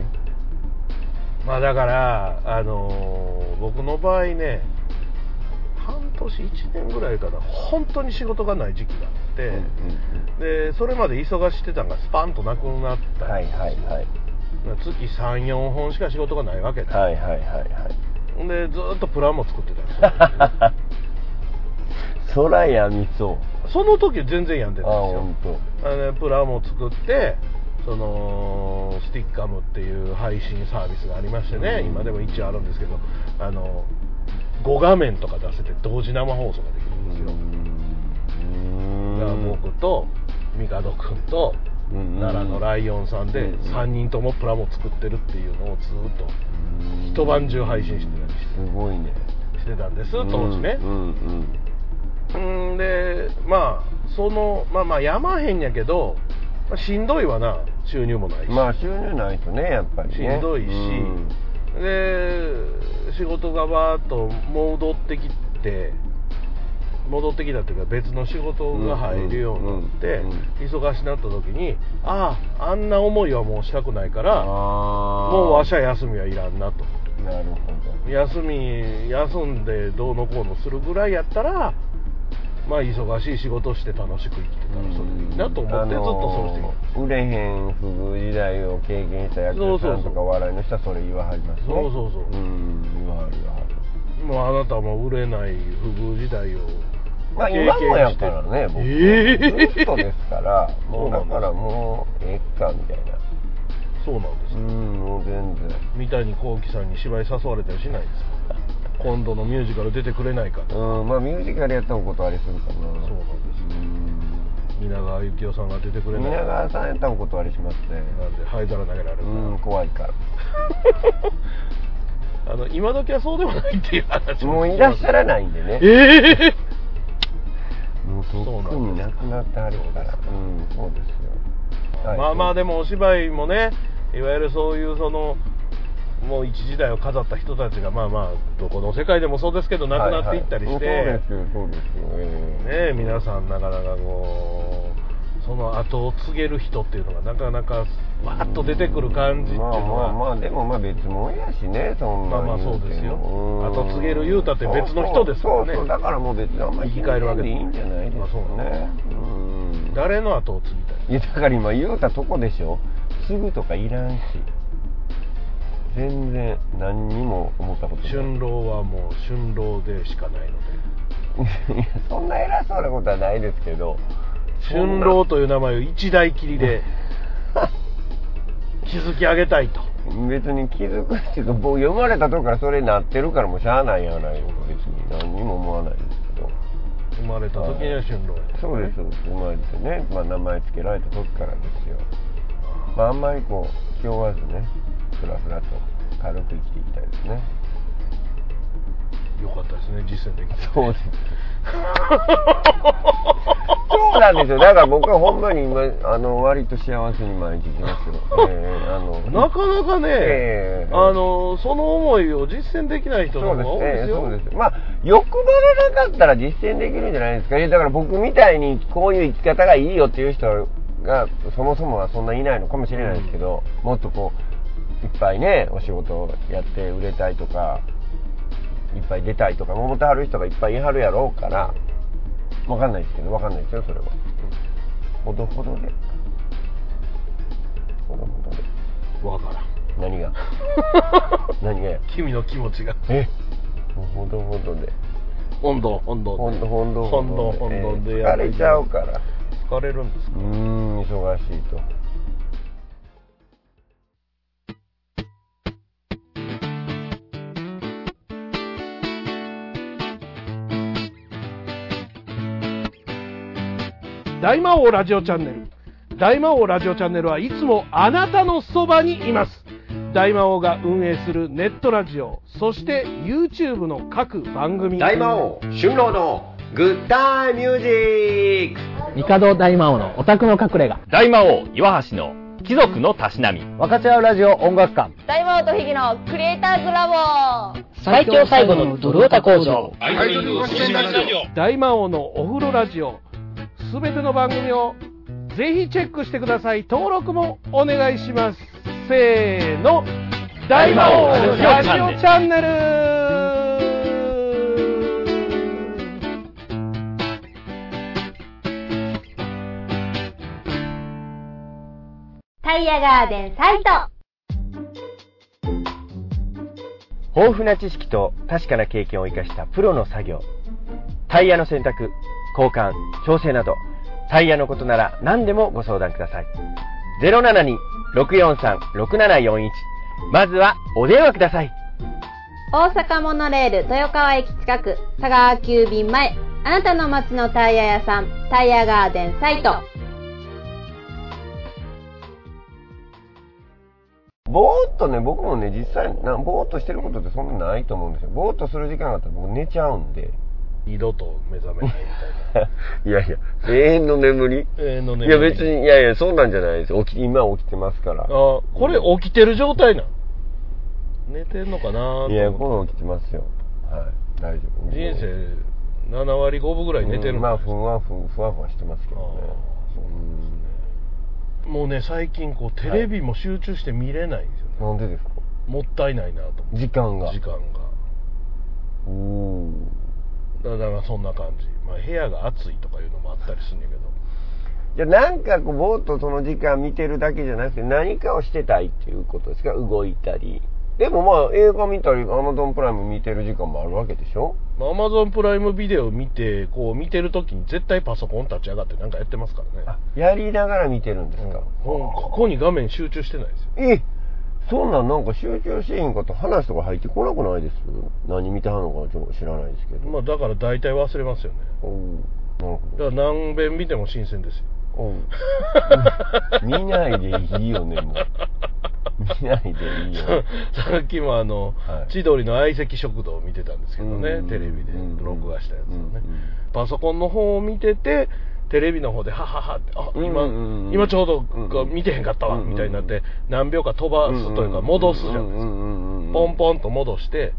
Speaker 1: まあだから、あのー僕の場合ね半年1年ぐらいかな本当に仕事がない時期があって、
Speaker 2: うんうん
Speaker 1: でそれまで忙しくしてたのがスパンとなくなっ
Speaker 2: うん
Speaker 1: た、
Speaker 2: はいはいはい
Speaker 1: 月34本しか仕事がないわけで,、
Speaker 2: はいはいはいはい
Speaker 1: でずーっとプランも作ってたん ですよ
Speaker 2: 空やみそう
Speaker 1: その時全然やんで
Speaker 2: あ
Speaker 1: たんですよ
Speaker 2: 本当。
Speaker 1: あのプラも作ってそのスティッカムっていう配信サービスがありましてね、
Speaker 2: うん
Speaker 1: 今でも一応あるんですけどあの5画面とか出せて同時生放送ができるんですよ、だから僕と帝君と奈良のライオンさんで
Speaker 2: うん
Speaker 1: 3人ともプラモ作ってるっていうのをずっと一晩中配信してたりし
Speaker 2: すごいね
Speaker 1: してたんです当時ね
Speaker 2: うんうん
Speaker 1: うんでまあそのまあまあやまへんやけど、まあ、しんどいわな収入もないし、
Speaker 2: まあ収入ないとねやっぱりね
Speaker 1: しんどいし、
Speaker 2: うん
Speaker 1: で仕事がバーッと戻ってきて戻ってきたというか別の仕事が入るようになって、
Speaker 2: うんうん
Speaker 1: 忙しなった時にあああんな思いはもうしたくないからも
Speaker 2: あー
Speaker 1: うわしは休みはいらんなと
Speaker 2: なるほど
Speaker 1: 休み休んでどうのこうのするぐらいやったらまあ忙しい仕事して楽しく生きてたらそれでいいなと思ってずっとその人に
Speaker 2: 人売れへん不遇時代を経験した役者さんとか笑いの人はそれ言わはりますね
Speaker 1: そうそうそうん
Speaker 2: 言わはる言わはる
Speaker 1: もうあなたも売れない不遇時代を
Speaker 2: まあ今もやからね僕
Speaker 1: ええ
Speaker 2: ずっとですからもう
Speaker 1: そ
Speaker 2: だ
Speaker 1: うなんだ
Speaker 2: からもうええかみたいな
Speaker 1: そうなんです
Speaker 2: う
Speaker 1: ね、
Speaker 2: んもう全然
Speaker 1: 三谷幸喜さんに芝居誘われたりしないですか今度のミュージカル出てくれないかと
Speaker 2: うんまあミュージカルやったことありするかな
Speaker 1: そうなんです
Speaker 2: う
Speaker 1: 蜷川幸雄さんが出てくれ
Speaker 2: ん
Speaker 1: ない
Speaker 2: 皆
Speaker 1: な
Speaker 2: 川さんやったことありしますね
Speaker 1: んで灰皿投げられるか
Speaker 2: うん怖いから
Speaker 1: らあの今時はそうでもないっていう話
Speaker 2: もういらっしゃら
Speaker 1: い
Speaker 2: ないんでね
Speaker 1: ええ
Speaker 2: もうとっくになくなってはるからうんそうですよ、はい
Speaker 1: まあまあでもお芝居もねいわゆるそういうそのもう一時代を飾った人たちがまあまあどこの世界でもそうですけど亡くなっていったりして、
Speaker 2: はいはいそうですよそうですよ
Speaker 1: ね
Speaker 2: ええ
Speaker 1: え皆さんなかなかこうその後を継げる人っていうのがなかなかわーっと出てくる感じっていうの
Speaker 2: まあまあま
Speaker 1: は
Speaker 2: あでもまあ別物やしねそんな
Speaker 1: まあまあ
Speaker 2: 言ても
Speaker 1: そうですよ
Speaker 2: うん
Speaker 1: 後継げる言うたって別の人ですからね
Speaker 2: そうそうそうだからもう別にあんまり
Speaker 1: 生き返るわけ
Speaker 2: でいいんじゃないですか
Speaker 1: まあ
Speaker 2: ねうん
Speaker 1: 誰の後を継ぎたい
Speaker 2: いやだから今言うたとこでしょすぐとかいらんし全然何にも思ったことない
Speaker 1: 春郎はもう春郎でしかないので
Speaker 2: いやそんな偉そうなことはないですけどそん
Speaker 1: 春
Speaker 2: な
Speaker 1: 郎という名前を一代きりで築き上げたいと
Speaker 2: 別に気づくっていうか僕読まれたとこからそれなってるからもうしゃあないやない別に何にも思わないですけど
Speaker 1: 生まれた時には春郎や
Speaker 2: そうですそうです生まれてね、まあ、名前付けられた時からですよまああんまりこう気負わずねふらふらと軽く生きていきたいですね
Speaker 1: よかったですね実践できて
Speaker 2: そうですそうなんですよだから僕はほんまに今あの割と幸せに毎日生きますよ、ええあの
Speaker 1: なかなかね、
Speaker 2: ええ
Speaker 1: あのその思いを実践できない人の方が多いですよ
Speaker 2: そうですねそうですまあ欲張らなかったら実践できるんじゃないですかねだから僕みたいにこういう生き方がいいよっていう人がそもそもはそんないないのかもしれないですけど、もっとこういっぱいねお仕事をやって売れたいとかいっぱい出たいとか桃太る人がいっぱいいはるやろうからわかんないですけどわかんないですよそれはほどほどでほどほどで
Speaker 1: わからん
Speaker 2: 何が何がや
Speaker 1: 君の気持ちが
Speaker 2: えもうほどほどで
Speaker 1: 本堂本堂
Speaker 2: ほんとほんと
Speaker 1: 本堂本堂で
Speaker 2: 疲れちゃうから
Speaker 1: 疲れるんです
Speaker 2: うーん忙しいと
Speaker 1: 大魔王ラジオチャンネル大魔王ラジオチャンネルはいつもあなたのそばにいます大魔王が運営するネットラジオそして YouTube の各番組
Speaker 2: 大魔王春郎のグッタイミュージック
Speaker 3: 帝大魔王のオタクの隠れ家
Speaker 4: 大魔王岩橋の貴族のたしなみ
Speaker 3: 分かち合うラジオ音楽館
Speaker 5: 大魔王とひげのクリエイターズラボ
Speaker 3: 最強最後のドルオタ工場
Speaker 1: 大魔王のお風呂ラジオすべての番組をぜひチェックしてください登録もお願いしますせーの大魔王ラジオチャンネル
Speaker 5: タイヤガーデンサイト
Speaker 2: 豊富な知識と確かな経験を生かしたプロの作業タイヤの選択交換調整などタイヤのことなら何でもご相談ください072-643-6741まずはお電話ください
Speaker 5: 大阪モノレール豊川駅近く佐川急便前あなたの街のタイヤ屋さんタイヤガーデンサイト
Speaker 2: ぼーっとね、僕もね、実際な、ぼーっとしてることってそんなないと思うんですよ。ぼーっとする時間があったら僕寝ちゃうんで。
Speaker 1: 二度と目覚めないみたいな
Speaker 2: いやいや、永遠の眠り。
Speaker 1: 永遠の
Speaker 2: い
Speaker 1: 眠り
Speaker 2: や別に、いやいや、そうなんじゃないですよ。起き今起きてますから。
Speaker 1: あこれ起きてる状態なん寝てんのかなと思って
Speaker 2: いや、この起きてますよ。はい。大丈夫。
Speaker 1: 人生7割5分ぐらい寝てる
Speaker 2: うんんまあ、
Speaker 1: だ
Speaker 2: ふわふわ、ふわふわしてますけどね
Speaker 1: あー。
Speaker 2: そう
Speaker 1: もうね最近こうテレビも集中して見れないんですよね、
Speaker 2: うんなんでですか
Speaker 1: もったいないなと
Speaker 2: 時間
Speaker 1: 思
Speaker 2: が。
Speaker 1: う時間が
Speaker 2: お
Speaker 1: だ
Speaker 2: ー
Speaker 1: からなんかそんな感じ、まあ、部屋が暑いとかいうのもあったりするんやけど
Speaker 2: じゃあなんかこう、ぼーっとその時間見てるだけじゃなくて、何かをしてたいっていうことですか動いたり、でもまあ映画見たりアマゾンプライム見てる時間もあるわけでしょ
Speaker 1: アマゾンプライムビデオ見て、こう見てるときに絶対パソコン立ち上がってなんかやってますからね。
Speaker 2: やりながら見てるんです
Speaker 1: うんも
Speaker 2: か、
Speaker 1: うここに画面集中してないですよ。
Speaker 2: えそんなんなんか集中シーンかと話とか入ってこなくないです何見てはんのかちょっと知らないですけど、
Speaker 1: まあだから大体忘れますよね。
Speaker 2: おうなる
Speaker 1: だから何遍見ても新鮮ですよ。
Speaker 2: ほどおう 見ないでいいよ ねもう見ないでいいよ
Speaker 1: さっきもあの、
Speaker 2: はい
Speaker 1: 千鳥の相席食堂を見てたんですけどね、
Speaker 2: うん
Speaker 1: テレビで
Speaker 2: うん
Speaker 1: 録画したやつをね、
Speaker 2: うんうん
Speaker 1: パソコンの方を見ててテレビの方で「ははは」って「あ今、
Speaker 2: うんうんうん
Speaker 1: 今ちょう
Speaker 2: うん
Speaker 1: どが見てへんかったわ」
Speaker 2: うんうん
Speaker 1: みたいになって何秒か飛ばすというか戻すじゃないですかポン
Speaker 2: ン
Speaker 1: ポンと戻して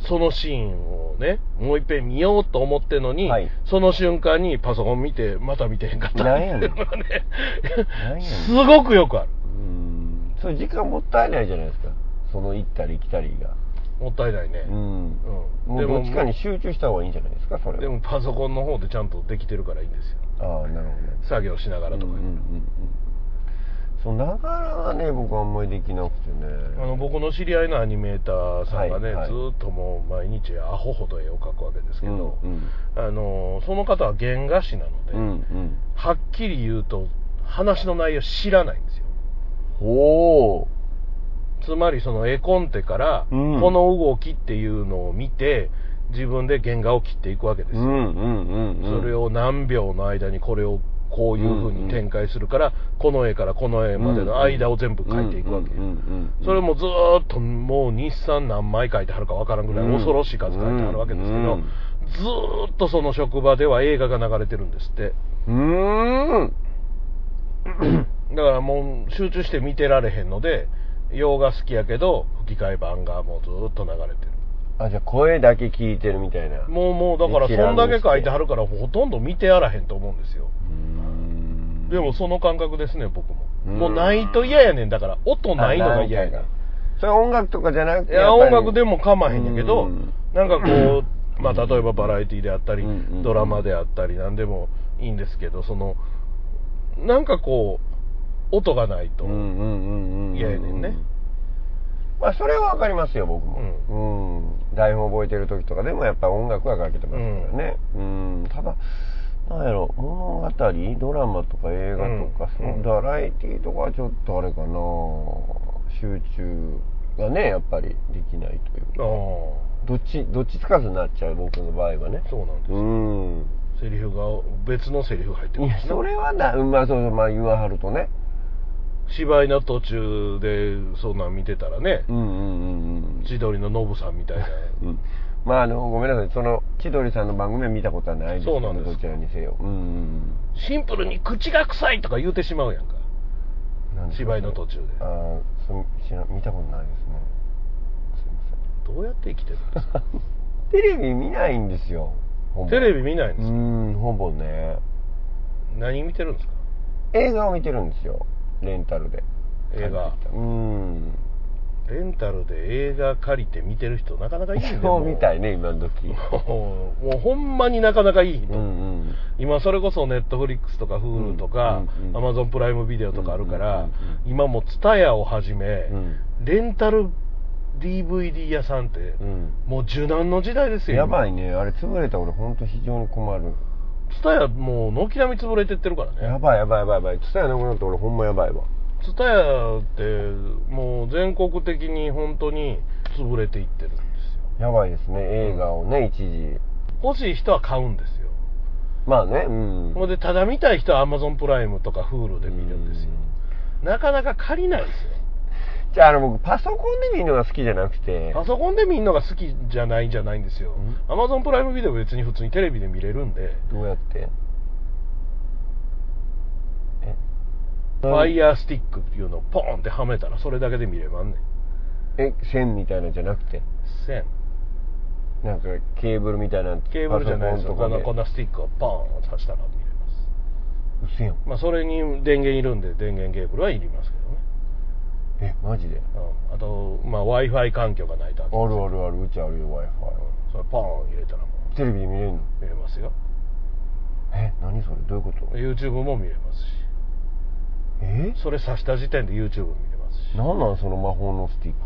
Speaker 1: そのシーンをねもういっぺん見ようと思ってんのに、
Speaker 2: はい
Speaker 1: その瞬間にパソコン見てまた見てへんかった
Speaker 2: なんやね ん
Speaker 1: っていうのがね
Speaker 2: なんやねん
Speaker 1: すごくよくある
Speaker 2: うんそれ時間もったいないじゃないですかその行ったり来たりが
Speaker 1: もったいないね、
Speaker 2: うん
Speaker 1: うん
Speaker 2: も
Speaker 1: で
Speaker 2: う
Speaker 1: も
Speaker 2: どっちかに集中した方がいいんじゃないですかそれは
Speaker 1: でもパソコンの方でちゃんとできてるからいいんですよ
Speaker 2: ああなるほど
Speaker 1: 作業しながらとか、
Speaker 2: うんうんうんうんそうながらはね僕あんまりできなくてね
Speaker 1: あの僕の知り合いのアニメーターさんがね、
Speaker 2: はいはい
Speaker 1: ずーっともう毎日アホほど絵を描くわけですけど、
Speaker 2: うんうん
Speaker 1: あのーその方は原画師なので、
Speaker 2: うんうん
Speaker 1: はっきり言うと話の内容知らないんですよ
Speaker 2: ほ
Speaker 1: つまりその絵コンテから、
Speaker 2: うん
Speaker 1: この動きっていうのを見て自分で原画を切っていくわけです
Speaker 2: うう
Speaker 1: よ、
Speaker 2: んうんうんうん
Speaker 1: それを何秒の間にこれをこういうふうに展開するから、この絵からこの絵までの間を全部描いていくわけ、
Speaker 2: うんうんうんうん
Speaker 1: それもずーっともう日産何枚書いてはるかわからんぐらい恐ろしい数書いてはるわけですけど、
Speaker 2: うん
Speaker 1: ずーっとその職場では映画が流れてるんですって
Speaker 2: うーん
Speaker 1: だからもう集中して見てられへんので洋画好きやけど吹き替え版がもうずーっと流れてる
Speaker 2: あじゃあ声だけ聞いてるみたいなう
Speaker 1: もうもうだからそんだけ書いてはるからほとんど見てやらへんと思うんですよ
Speaker 2: ーん
Speaker 1: でもその感覚ですね僕も
Speaker 2: うん
Speaker 1: もうないと嫌やねんだから音ないのが嫌やねん
Speaker 2: それ音楽とかじゃなく
Speaker 1: い
Speaker 2: て
Speaker 1: や
Speaker 2: っぱ
Speaker 1: 音
Speaker 2: り
Speaker 1: 楽でも構わへんやけど、
Speaker 2: うん
Speaker 1: なんかこう、まあ、例えばバラエティであったり、
Speaker 2: うんうんうん
Speaker 1: ドラマであったり、なんでもいいんですけど、そのなんかこう、音がないと、
Speaker 2: うんうんうんうん
Speaker 1: 嫌やねんね
Speaker 2: まあそれはわかりますよ僕も
Speaker 1: う
Speaker 2: うん、台本覚えてる時とかでもやっぱ音楽はかけてますからねうん、ただなんやろ物語ドラマとか映画とか、
Speaker 1: うん
Speaker 2: そのバラエティとかはちょっとあれかな集中がねやっぱりできないという
Speaker 1: あ
Speaker 2: か
Speaker 1: あ
Speaker 2: どっちどっちつかずになっちゃう僕の場合はね
Speaker 1: そうなんです、
Speaker 2: うん
Speaker 1: セリフが、別のセリフが入って
Speaker 2: いや
Speaker 1: すね
Speaker 2: それはなうんまあそうそうまあ言わはるとね
Speaker 1: 芝居の途中で、そんなん見てたらね
Speaker 2: う、んうんうんうん
Speaker 1: 千鳥のノブさんみたいな、
Speaker 2: うんまああのごめんなさいその千鳥さんの番組は見たことはないですけ
Speaker 1: そうな
Speaker 2: ど
Speaker 1: んです
Speaker 2: どちらにせようんうん
Speaker 1: シンプルに口が臭いとか言うてしまうやんか、
Speaker 2: うんなんでしょう
Speaker 1: 芝居の途中で。
Speaker 2: ああそ知ら見たことないですねすいま
Speaker 1: どうやって生きてるん ですか、
Speaker 2: せんテレビ見ないんですよほぼ
Speaker 1: テレビ見ないんで
Speaker 2: う
Speaker 1: すか、
Speaker 2: んほぼね
Speaker 1: 何見てるんですか、
Speaker 2: 映画を見てるんですよレンタルで
Speaker 1: 映画。
Speaker 2: うん
Speaker 1: レンタルで映画借りて見てる人なかなかいいね
Speaker 2: そうみた
Speaker 1: い
Speaker 2: いね今 の時
Speaker 1: もうもうほんまになかなかいい人、
Speaker 2: うんうん
Speaker 1: 今それこそネットフリックスとか Hulu とか
Speaker 2: うんうん
Speaker 1: アマゾンプライムビデオとかあるから、
Speaker 2: うんうんうん
Speaker 1: 今もう TSUTAYA をはじめ、
Speaker 2: うん
Speaker 1: レンタル DVD 屋さんって、
Speaker 2: うん
Speaker 1: もう柔軟の時代ですよ
Speaker 2: やばいねあれ潰れたら俺本当非常に困る
Speaker 1: TSUTAYA もう軒並み潰れてってるから
Speaker 2: や
Speaker 1: ね
Speaker 2: ばいやばいやばいやばい伝えなくなって俺ほんまやばいわ
Speaker 1: TSUTAYA ってもう全国的に本当に潰れていってるんですよ
Speaker 2: やばいですね映画をね一時
Speaker 1: 欲しい人は買うんですよ
Speaker 2: まあねうん
Speaker 1: ほんでただ見たい人は Amazon プライムとか Hulu で見るんですよなかなか借りないですよ
Speaker 2: じゃああの僕パソコンで見るのが好きじゃなくて
Speaker 1: パソコンで見るのが好きじゃないんじゃないんですよ
Speaker 2: ん
Speaker 1: Amazon プライムビデオ別に普通にテレビで見れるんで
Speaker 2: どうやってえ
Speaker 1: ファイヤースティックっていうのをポンってはめたらそれだけで見れまんねん
Speaker 2: え線みたいなのじゃなくて
Speaker 1: 線
Speaker 2: なんかケーブルみたいな
Speaker 1: ケーブルじゃないですよこ
Speaker 2: パソコ
Speaker 1: の
Speaker 2: ンと
Speaker 1: こ
Speaker 2: か
Speaker 1: んなスティックをポンと刺したら見れます
Speaker 2: うせよ
Speaker 1: まあそれに電源いるんで電源ケーブルはいりますけどね
Speaker 2: えマジで
Speaker 1: うんあと、まあ、w i f i 環境がないとあ
Speaker 2: あるあるあるうちあるよ w i f
Speaker 1: それポン入れたらも
Speaker 2: i テレビで見れるの
Speaker 1: う見れますよ
Speaker 2: え何それどういうこと
Speaker 1: YouTube も見れますし
Speaker 2: え
Speaker 1: それ刺した時点で YouTube 見れますし
Speaker 2: なんなんその魔法のスティック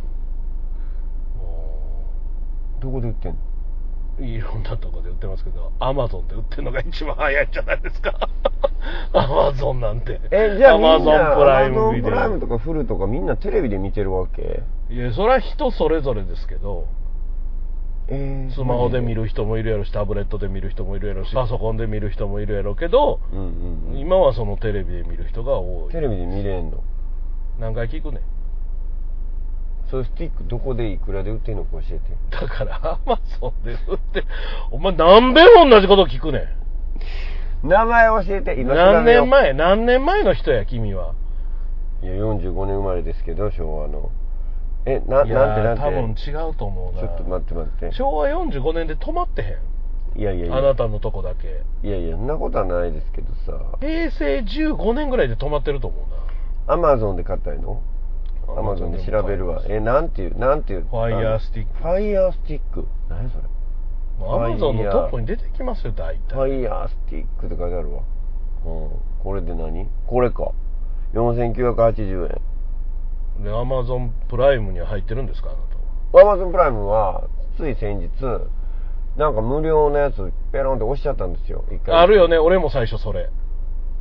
Speaker 2: どこで売ってんの
Speaker 1: いろんなとこで売ってますけど、アマゾンで売ってるのが一番早いんじゃないですか、 アマゾンなんて、
Speaker 2: えじゃ
Speaker 1: ア
Speaker 2: あみんな
Speaker 1: マゾンプライムビ
Speaker 2: Amazon プライム
Speaker 1: デ
Speaker 2: とかフルとかみんなテレビで見てるわけ
Speaker 1: オ、いや、それは人それぞれですけど、
Speaker 2: えー
Speaker 1: スマホで見る人もいるやろし、タブレットで見る人もいるやろし、パソコンで見る人もいるやろうけど、
Speaker 2: うんうんうん
Speaker 1: 今はそのテレビで見る人が多い
Speaker 2: テレビで見れんの
Speaker 1: 何回聞くねん
Speaker 2: そういうスティックどこでいくらで売ってんのか教え
Speaker 1: だ
Speaker 2: て
Speaker 1: からアマゾンで売ってお前何べん同じこと聞くねん
Speaker 2: 名前教えて今調
Speaker 1: 何
Speaker 2: べよう
Speaker 1: 年前何年前の人や君はい
Speaker 2: や45年生まれですけど昭和のえななん
Speaker 1: い
Speaker 2: て
Speaker 1: やー
Speaker 2: なんて
Speaker 1: 多分違うと思うな
Speaker 2: ちょっと待って待って
Speaker 1: 昭和45年で止まってへん
Speaker 2: いやいやい
Speaker 1: あな
Speaker 2: や
Speaker 1: たのとこだけ
Speaker 2: いやいやそんなことはないですけどさ
Speaker 1: 平成15年ぐらいで止まってると思う
Speaker 2: アマゾンで買ったらいいの
Speaker 1: な
Speaker 2: アマゾンで調べるわえなんていうなんていう
Speaker 1: ファイヤースティック
Speaker 2: あのファイヤースティック何それ
Speaker 1: アマゾンのトップに出てきますよ大体
Speaker 2: ファイヤースティックって書いてあるわ、うん、これで何これか4980円
Speaker 1: でアマゾンプライムには入ってるんですかあなたは
Speaker 2: アマゾンプライムはつい先日なんか無料のやつペロンって押しちゃったんですよ一回
Speaker 1: あるよね俺も最初それ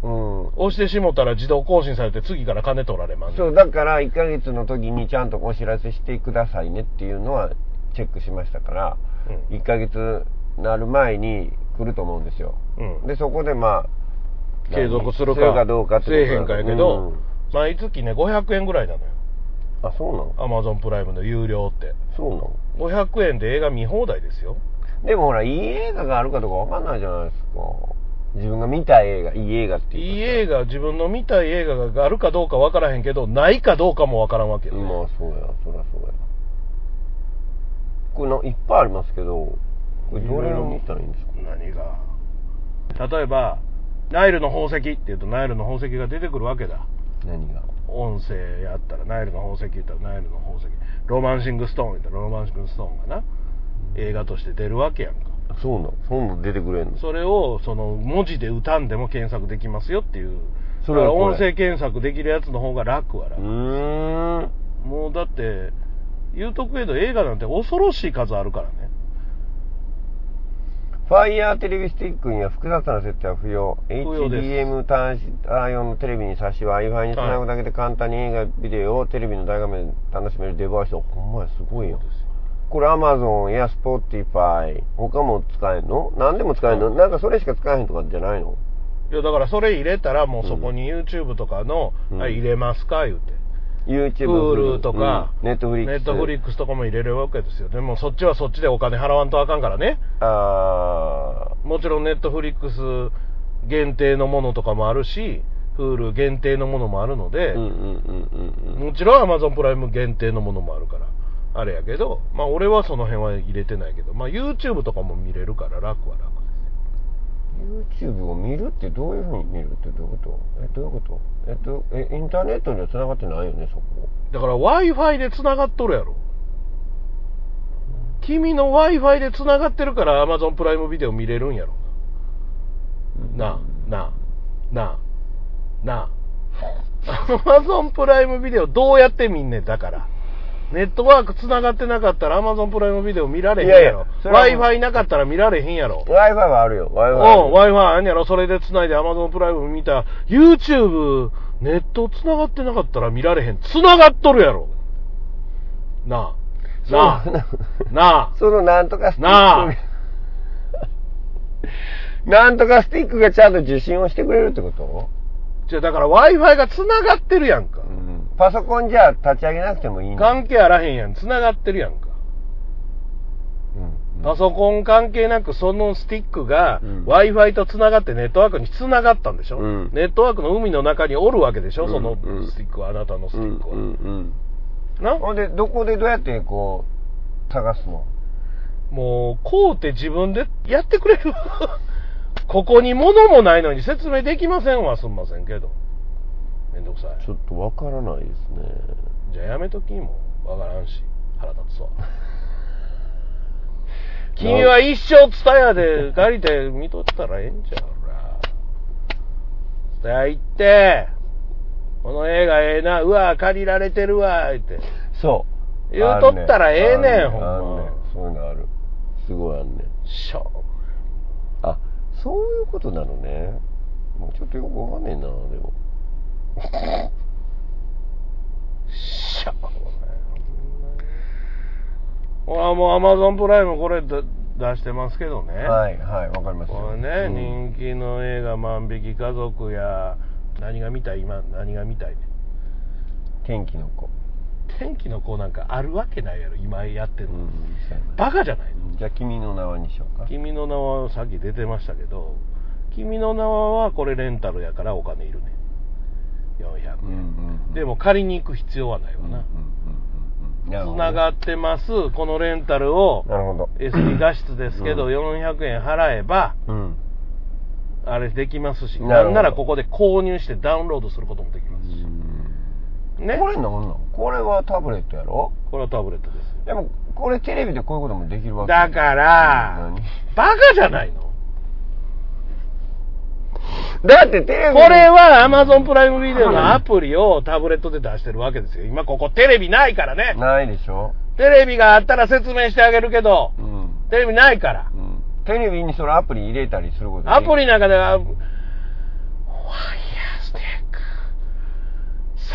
Speaker 2: うん
Speaker 1: 押してしもたら自動更新されて次から金取られまんねん
Speaker 2: そうだから1ヶ月の時にちゃんとお知らせしてくださいねっていうのはチェックしましたから
Speaker 1: うん
Speaker 2: 1ヶ月なる前に来ると思うんですよ
Speaker 1: うん
Speaker 2: でそこでまあ
Speaker 1: 継続するか
Speaker 2: 何どうかってこと
Speaker 1: せえへんかやけど、
Speaker 2: うん
Speaker 1: 毎月ね500円ぐらいなのよ
Speaker 2: あそうなの
Speaker 1: アマゾンプライムの有料って
Speaker 2: そうなの
Speaker 1: 500円で映画見放題ですよ
Speaker 2: でもほら、いい映画があるかどうかわかんないじゃないですか。自分が見た映画、いい映画っていうか。
Speaker 1: いい映画自分の見たい映画があるかどうかわからへんけどないかどうかもわからんわけよ、ね
Speaker 2: まあ、そうや、そりゃそうや。これの、いっぱいありますけど、これどれを見たらいいんですか
Speaker 1: 何が例えば「ナイルの宝石」って言うとナイルの宝石が出てくるわけだ
Speaker 2: 何が。
Speaker 1: 音声やったらナイルの宝石言ったらナイルの宝石ロマンシングストーン言ったらロマンシングストーンがな映画として出るわけやんか
Speaker 2: そうなのそんなの出てくれんの
Speaker 1: それをその文字で歌んでも検索できますよっていう
Speaker 2: それ
Speaker 1: だ
Speaker 2: は
Speaker 1: から
Speaker 2: これ
Speaker 1: 音声検索できるやつの方が楽は
Speaker 2: う
Speaker 1: 楽、
Speaker 2: ーん。
Speaker 1: もうだって言うとくけど映画なんて恐ろしい数あるからね
Speaker 2: ファイヤーテレビスティックには複雑な設定は不要。
Speaker 1: 要です
Speaker 2: HDM 端子対応のテレビに差しは Wi-Fi につなぐだけで簡単に映画、ビデオをテレビの大画面で楽しめるデバイス。ほんまや、すごいよ。これ Amazon や Spotify、他も使えんの何でも使えんの、なんかそれしか使えへんとかじゃないの
Speaker 1: いやだからそれ入れたらもうそこに YouTube とかの、
Speaker 2: うん
Speaker 1: あ入れますか言うて
Speaker 2: ?YouTube、
Speaker 1: Hulu とか、
Speaker 2: ネットフリックス。
Speaker 1: Netflix とかも入れるわけですよでもそっちはそっちでお金払わんとあかんからね
Speaker 2: あ
Speaker 1: もちろんネットフリックス限定のものとかもあるし Hulu 限定のものもあるので、
Speaker 2: ー、うんうんうんうんうん。
Speaker 1: もちろん Amazon プライム限定のものもあるから、あれやけど、まあ俺はその辺は入れてないけど、まあ YouTube とかも見れるから楽は楽で
Speaker 2: YouTube を見るってどういうふうに見るってどういうことえ、どういうことえっと、え、インターネットには繋がってないよね、そこ。
Speaker 1: す。だから Wi-Fi で繋がっとるやろ。君の Wi-Fi で繋がってるから Amazon プライムビデオ見れるんやろ。なあ、なあ、なあ、なあ。Amazon プライムビデオどうやって見んねん、だから。ネットワーク繋がってなかったら Amazon プライムビデオ見られへんや
Speaker 2: いやいや
Speaker 1: ろ。
Speaker 2: それはもう
Speaker 1: Wi-Fi なかったら見られへんやろ。
Speaker 2: Wi-Fi はあるよ、Wi-Fi
Speaker 1: うん、
Speaker 2: はある。
Speaker 1: Wi-Fi あんやろ、それで繋いで Amazon プライム見た、YouTube、ネット繋がってなかったら見られへん。繋がっとるやろ。なあ。な
Speaker 2: そう
Speaker 1: あ。な
Speaker 2: そのなんとかスティック
Speaker 1: なあ
Speaker 2: が なんとかスティックがちゃんと受信をしてくれるってこ
Speaker 1: あ。
Speaker 2: と
Speaker 1: じゃあだから Wi-Fi が繋がってるやんか。
Speaker 2: パソコンじゃ立ち上げなくてもいいの
Speaker 1: 関係あらへんやん。繋がってるやんか。
Speaker 2: うん
Speaker 1: パソコン関係なくそのスティックが
Speaker 2: うん
Speaker 1: Wi-Fi と繋がってネットワークに繋がったんでしょ、
Speaker 2: うん
Speaker 1: ネットワークの海の中におるわけでしょ、その
Speaker 2: うんうん
Speaker 1: スティックは、あなたのステ
Speaker 2: う
Speaker 1: ィ
Speaker 2: ん
Speaker 1: ックは。
Speaker 2: うん
Speaker 1: な
Speaker 2: うんほんでどこでどうやってこう探すの
Speaker 1: もう、こうって自分でやってくれる。 ここに物もないのに説明できませんわ、すんませんけど。めんどくさい。
Speaker 2: ょっとわからないですね
Speaker 1: じゃあやめときもうわからんし、腹立つわ。君は一生ツタヤで借りて見とったらええんじゃうら。ツタヤ行って、この映画ええな、うわ、借りられてるわ、って。
Speaker 2: そう
Speaker 1: 言うとったらええねん
Speaker 2: ある
Speaker 1: ほんま
Speaker 2: あるねそういうのあるすごいあんねん
Speaker 1: しょ
Speaker 2: あそういうことなのねもうちょっとよくわかんねえなでも
Speaker 1: しょ俺はもうアマゾンプライムこれだ出してますけどね、
Speaker 2: はいはいわかりますよ
Speaker 1: これね、人気の映画「万引き家族」や何が見たい今何が見たいね
Speaker 2: 天気の子
Speaker 1: 天気の子なんかあるわけないやろ今やってる
Speaker 2: う
Speaker 1: の、
Speaker 2: ん
Speaker 1: バカじゃないの
Speaker 2: じゃあ君の名はにしよう
Speaker 1: 「
Speaker 2: か
Speaker 1: 君の名は」さっき出てましたけど「君の名は」これレンタルやからお金いるね400
Speaker 2: うんう
Speaker 1: 円、
Speaker 2: んうん
Speaker 1: でも借りに行く必要はない
Speaker 2: うんう
Speaker 1: わ
Speaker 2: ん
Speaker 1: な、
Speaker 2: うんうんなるほ
Speaker 1: つ
Speaker 2: ど
Speaker 1: ながってますこのレンタルを
Speaker 2: なるほど
Speaker 1: SD 画質ですけど
Speaker 2: うん
Speaker 1: 400円払えば
Speaker 2: うん
Speaker 1: あれできますし
Speaker 2: なるほ
Speaker 1: な
Speaker 2: ど
Speaker 1: んならここで購入してダウンロードすることもできますしね
Speaker 2: これなんなんこれはタブレットやろ
Speaker 1: これはタブレットです
Speaker 2: でもこれテレビでこういうこともできるわけ
Speaker 1: だから
Speaker 2: 何
Speaker 1: バカじゃないの
Speaker 2: だってテレビ
Speaker 1: これは Amazon プライムビデオのアプリをタブレットで出してるわけですよ今ここテレビないからね
Speaker 2: ないでしょ
Speaker 1: テレビがあったら説明してあげるけど
Speaker 2: うん
Speaker 1: テレビないから
Speaker 2: うんテレビにそのアプリ入れたりすること
Speaker 1: アプリ
Speaker 2: な
Speaker 1: なんかではワイヤーステック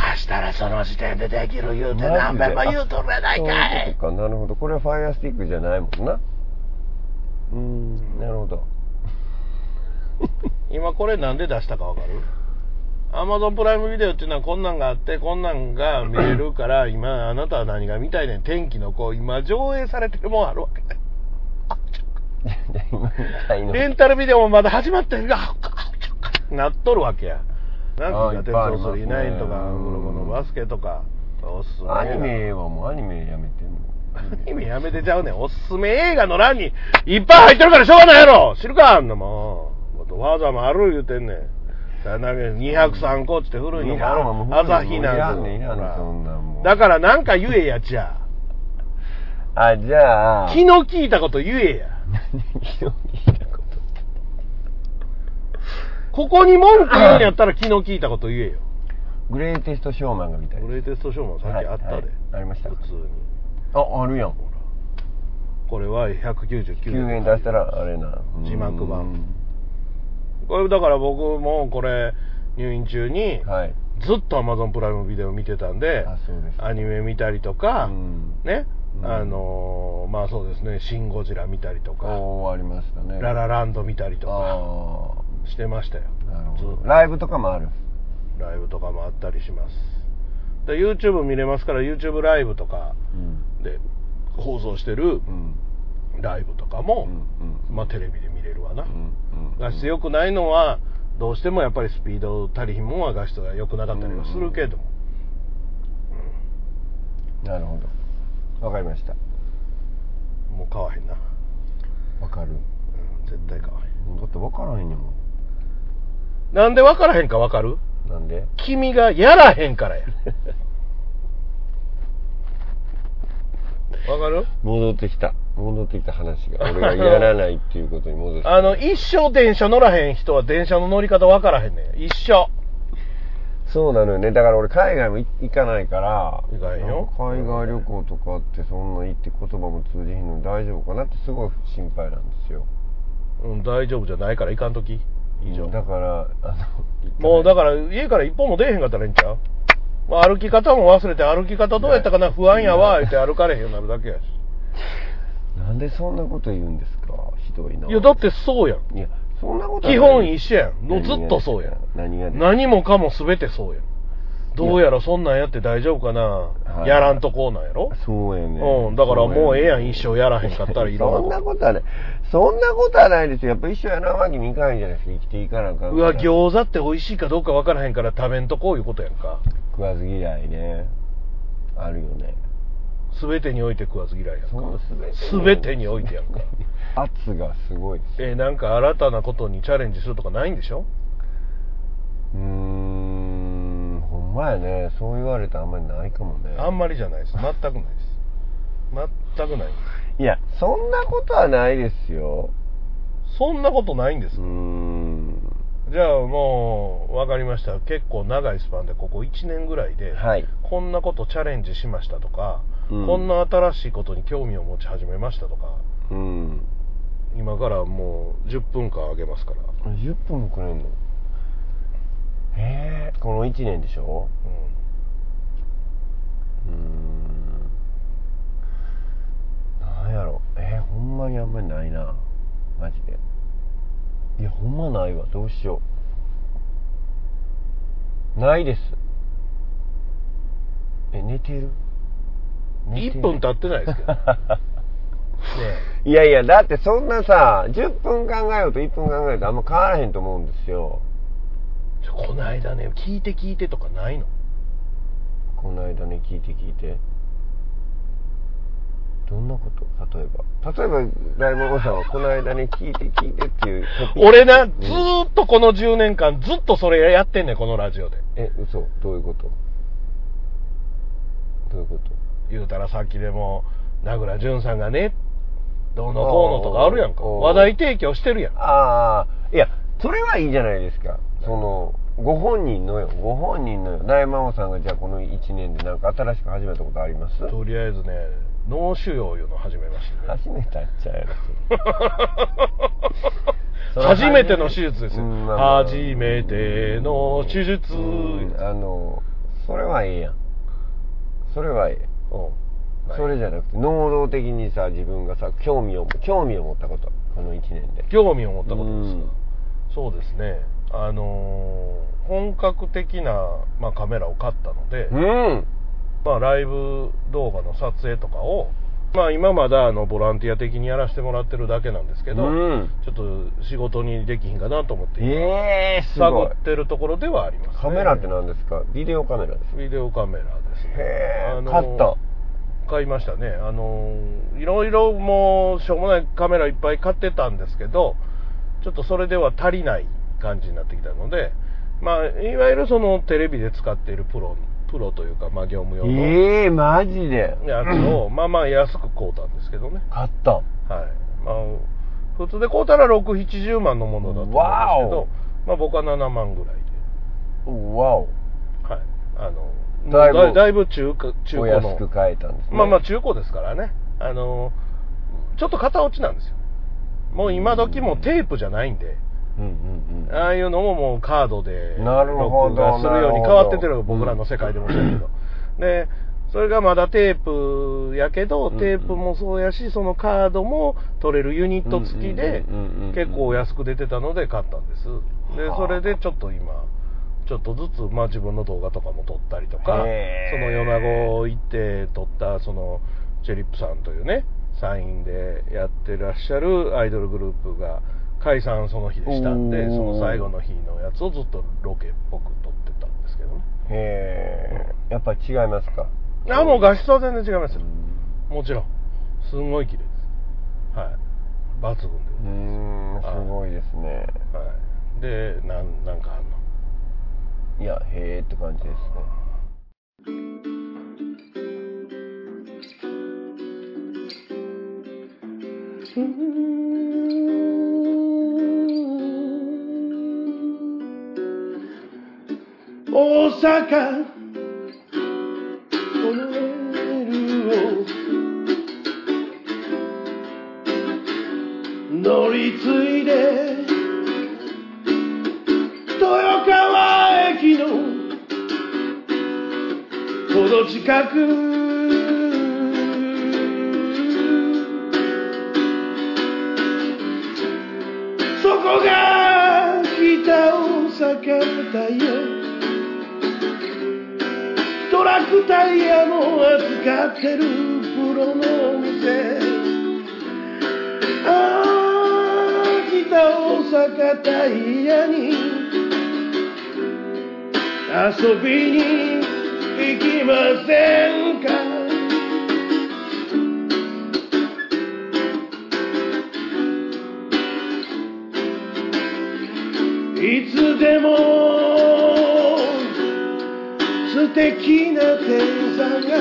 Speaker 1: 刺したらその時点でできる言うて何べんも言うとれないかい
Speaker 2: かなるほどこれはファイアスティックじゃないもんなうんなるほど
Speaker 1: 今これなんで出したかわかる Amazon プライムビデオっていうのはこんなんがあってこんなんが見れるから 今あなたは何が見たいねん天気の子今上映されてるもんあるわけね
Speaker 2: じゃあ今みたいの
Speaker 1: レンタルビデオもまだ始まってるがなっとるわけやなん
Speaker 2: あーい
Speaker 1: か
Speaker 2: っ
Speaker 1: 鉄
Speaker 2: ぱいあります
Speaker 1: 道す
Speaker 2: ね
Speaker 1: いないとかグロゴのバスケとかおすすめ
Speaker 2: アニメはもうアニメやめてんの
Speaker 1: アニメやめてちゃうねん。おすすめ映画の欄にいっぱい入ってるからしょうがないやろ知るかあんなもん。もっとわざもある言うてんねん。だから203個っつって古いの
Speaker 2: いらんわもう
Speaker 1: も朝日
Speaker 2: いら
Speaker 1: なんん
Speaker 2: ねんいらんねんそんなんもう
Speaker 1: だからなんか言えや、じゃ
Speaker 2: あじゃ
Speaker 1: あ。
Speaker 2: あ
Speaker 1: 気の利いたこと言えや。
Speaker 2: 昨日聞いたこと
Speaker 1: ここに文句言うんやったら気の利いたこと言えよ。
Speaker 2: グレイテストショーマンが見たい
Speaker 1: グレイテストショーマンさっきあったで。
Speaker 2: はいはいありました
Speaker 1: 普通に。
Speaker 2: ああるやん
Speaker 1: これは199
Speaker 2: 9円出したらあれなうん
Speaker 1: 字幕版これだから僕もこれ入院中に
Speaker 2: はい
Speaker 1: ずっと Amazon プライムビデオ見てたんで、
Speaker 2: あそうです
Speaker 1: アニメ見たりとか、
Speaker 2: うん
Speaker 1: ね、
Speaker 2: うん
Speaker 1: あのーまあそうですね、シン・ゴジラ見たりとか、
Speaker 2: おーありましたね
Speaker 1: ララランド見たりとか
Speaker 2: あ
Speaker 1: してましたよ。
Speaker 2: あなる
Speaker 1: ず
Speaker 2: ほ
Speaker 1: っと
Speaker 2: どライブとかもある
Speaker 1: ライブとかもあったりします。で YouTube 見れますから、YouTube ライブとか
Speaker 2: うん
Speaker 1: で放送してる
Speaker 2: うん
Speaker 1: ライブとか
Speaker 2: う
Speaker 1: も、
Speaker 2: ん
Speaker 1: まあテレビで見れるわな。
Speaker 2: うん
Speaker 1: 画質良くないのは、どうしてもやっぱりスピード足りひんもんは画質が良くなかったりはするけども、
Speaker 2: なるほどわかりました
Speaker 1: もう買わへんな。
Speaker 2: わか
Speaker 1: う
Speaker 2: る
Speaker 1: ん絶対買わへん。
Speaker 2: だってわからへんねんも
Speaker 1: なんで分からへんか分かる
Speaker 2: んなんで
Speaker 1: 君がやらへんからや。わかる
Speaker 2: 戻ってきた戻ってきた話が俺がやらないっていうことに 戻ってきた
Speaker 1: あの、一生電車乗らへん人は電車の乗り方わからへんねん。一生。
Speaker 2: そうなのよねだから俺海外もい行かないから
Speaker 1: 行かへんよ
Speaker 2: なんか海外旅行とかってそんな行って言葉も通じへんのに大丈夫かなってすごい心配なんですよ
Speaker 1: うん、大丈夫じゃないから行かんとき。以上。
Speaker 2: だからあの
Speaker 1: もうだ
Speaker 2: か
Speaker 1: から家から一歩も出えへんかったらいいんちゃうまあ歩き方も忘れて歩き方どうやったかな不安やわ、言って歩かれへんようになるだけやし。
Speaker 2: らなんでそんなこと言うんですかひどいない
Speaker 1: いや、だってそうやん。
Speaker 2: いやそんなことは
Speaker 1: 基
Speaker 2: ない
Speaker 1: 本一緒やん。もうずっとそうやん。
Speaker 2: 何がですか
Speaker 1: 何もかも全てそうやん。どうやらそんなんやって大丈夫かな、
Speaker 2: はい
Speaker 1: やらんとこうなんやろ
Speaker 2: そうやね
Speaker 1: うんだからもうええやん
Speaker 2: そうね
Speaker 1: 一生やらへんかったらいろんなこと
Speaker 2: そんなことはないそんなことはないですよやっぱ一生やらんわけにいかないじゃないですか生きていかなあかん
Speaker 1: うわ、餃子って美味しいかどうか分からへんから食べんとこういうことやんか。
Speaker 2: 食わず嫌いねあるよね
Speaker 1: すべてにおいて食わず嫌いやん
Speaker 2: その
Speaker 1: か。すべ
Speaker 2: 全
Speaker 1: てにおいてやんか。
Speaker 2: 圧がすごいです
Speaker 1: えーなんか新たなことにチャレンジするとかないんでしょ
Speaker 2: うーんほんまやねそう言われたらあんまりないかもね
Speaker 1: あんまりじゃないです。全くないです。全くないで
Speaker 2: いやそんなことはないですよ
Speaker 1: す。そんなことないんで
Speaker 2: う
Speaker 1: す
Speaker 2: ー。ん
Speaker 1: じゃあもう、わかりました。結構長いスパンで、ここ1年ぐらいで、
Speaker 2: はい
Speaker 1: こんなことチャレンジしましたとか、
Speaker 2: うん
Speaker 1: こんな新しいことに興味を持ち始めましたとか
Speaker 2: うん
Speaker 1: 今からもう10分間あげますから、
Speaker 2: 10分もくれんのええこの1年でしょ
Speaker 1: う
Speaker 2: うーんなんやろえー、ほんまにあんまりないなマジでいやほんまないわどうしようないですえ寝てる
Speaker 1: ん、
Speaker 2: 寝て
Speaker 1: 1
Speaker 2: る
Speaker 1: 分経ってないですけどね
Speaker 2: いやいやだってそんなさ10分考えようと1分考えようとあんま変わらへんと思うんですよ
Speaker 1: えちょこの間ね聞いて聞いてとかないの
Speaker 2: この間ね聞いて聞いてどんなこと例えば例えば大門さんはこの間ね聞いて聞いてっていうトピック
Speaker 1: 俺なずーっとこの10年間ずっとそれやってんねんこのラジオで
Speaker 2: え嘘どういうことどういうこと
Speaker 1: 言うたらさっきでも名倉潤さんがねどうのこうのとかあるやんか
Speaker 2: おー
Speaker 1: 話題提供してるやん
Speaker 2: ああいやそれはいいじゃないですかそのご本人のよご本人のよ大魔王さんがじゃあこの1年でなんか新しく始めたことあります
Speaker 1: とりあえずね脳腫瘍いうの始めま したね
Speaker 2: 初めてあっちゃうやろそれ
Speaker 1: 初めての手術ですよ
Speaker 2: うんまあ
Speaker 1: 初めての手術
Speaker 2: うんあのそれはいいやんそれはいい
Speaker 1: うんはい
Speaker 2: それじゃなくて能動的にさ自分がさ興味を興味を持ったことこの1年で
Speaker 1: 興味を持ったことです
Speaker 2: うん
Speaker 1: かそうですねあのー本格的な、まあ、カメラを買ったので、
Speaker 2: うん
Speaker 1: まあ、ライブ動画の撮影とかを、まあ、今まだあのボランティア的にやらせてもらってるだけなんですけど、
Speaker 2: うん
Speaker 1: ちょっと仕事にできひんかなと思って今
Speaker 2: ええすご
Speaker 1: 探
Speaker 2: い
Speaker 1: ってるところではあります、ね、
Speaker 2: カメラって何ですかビデオカメラです
Speaker 1: ビデオカメラですね
Speaker 2: へえ
Speaker 1: あの
Speaker 2: 買った
Speaker 1: 買いましたねあのいろいろもうしょうもないカメラいっぱい買ってたんですけどちょっとそれでは足りない感じになってきたのでまあいわゆるそのテレビで使っているプロプロというか、まあ、業務用の
Speaker 2: ええマジで
Speaker 1: やつをまあまあ安く買うたんですけどね
Speaker 2: 買った
Speaker 1: はいまあ普通で買うたら670万のものだと思うんですけ
Speaker 2: わお
Speaker 1: ど、まあ、僕は7万ぐらいで
Speaker 2: わお
Speaker 1: はい、あの
Speaker 2: だ
Speaker 1: だ
Speaker 2: い
Speaker 1: い
Speaker 2: ぶ
Speaker 1: だいぶ中華中
Speaker 2: お
Speaker 1: 古
Speaker 2: 安
Speaker 1: の
Speaker 2: く買えたんですね
Speaker 1: まあまあ中古ですからねあのちょっと型落ちなんですよもう今時もうテープじゃないんで
Speaker 2: うんうんうん
Speaker 1: ああいうのももうカードで
Speaker 2: なるほ
Speaker 1: 録
Speaker 2: ど
Speaker 1: 画するように
Speaker 2: なるほど
Speaker 1: 変わっててる僕らの世界でもそうやけど、でそれがまだテープやけど
Speaker 2: うんうん
Speaker 1: テープもそうやしそのカードも取れるユニット付きで
Speaker 2: うんうんうんうんうん
Speaker 1: 結構安く出てたので買ったんですで
Speaker 2: はあ
Speaker 1: それでちょっと今ちょっとずつ、まあ、自分の動画とかも撮ったりとか
Speaker 2: へえ
Speaker 1: その米子行って撮ったそのチェリップさんというねサインでやってらっしゃるアイドルグループが解散その日でしたん
Speaker 2: お
Speaker 1: で
Speaker 2: ー
Speaker 1: その最後の日のやつをずっとロケっぽく撮ってたんですけどね
Speaker 2: へえやっぱ違いますか
Speaker 1: あもう画質は全然違いますよもちろんすんごい綺麗ですはい抜群で
Speaker 2: う
Speaker 1: ございます
Speaker 2: んすごいですね
Speaker 1: はい、でなんなんかあんの
Speaker 2: いやへえって感じですね
Speaker 1: 大阪このレールを乗り継いで豊川駅のほど近くそこが北大阪タイヤトラックタイヤも扱ってるプロのお店ああ北大阪タイヤに遊びに行きませんかいつでも素敵な天才が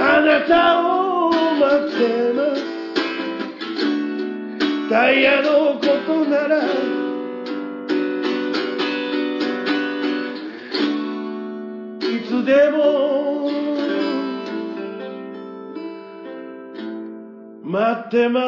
Speaker 1: あなたを待ってますタイヤのことならいつでも待ってま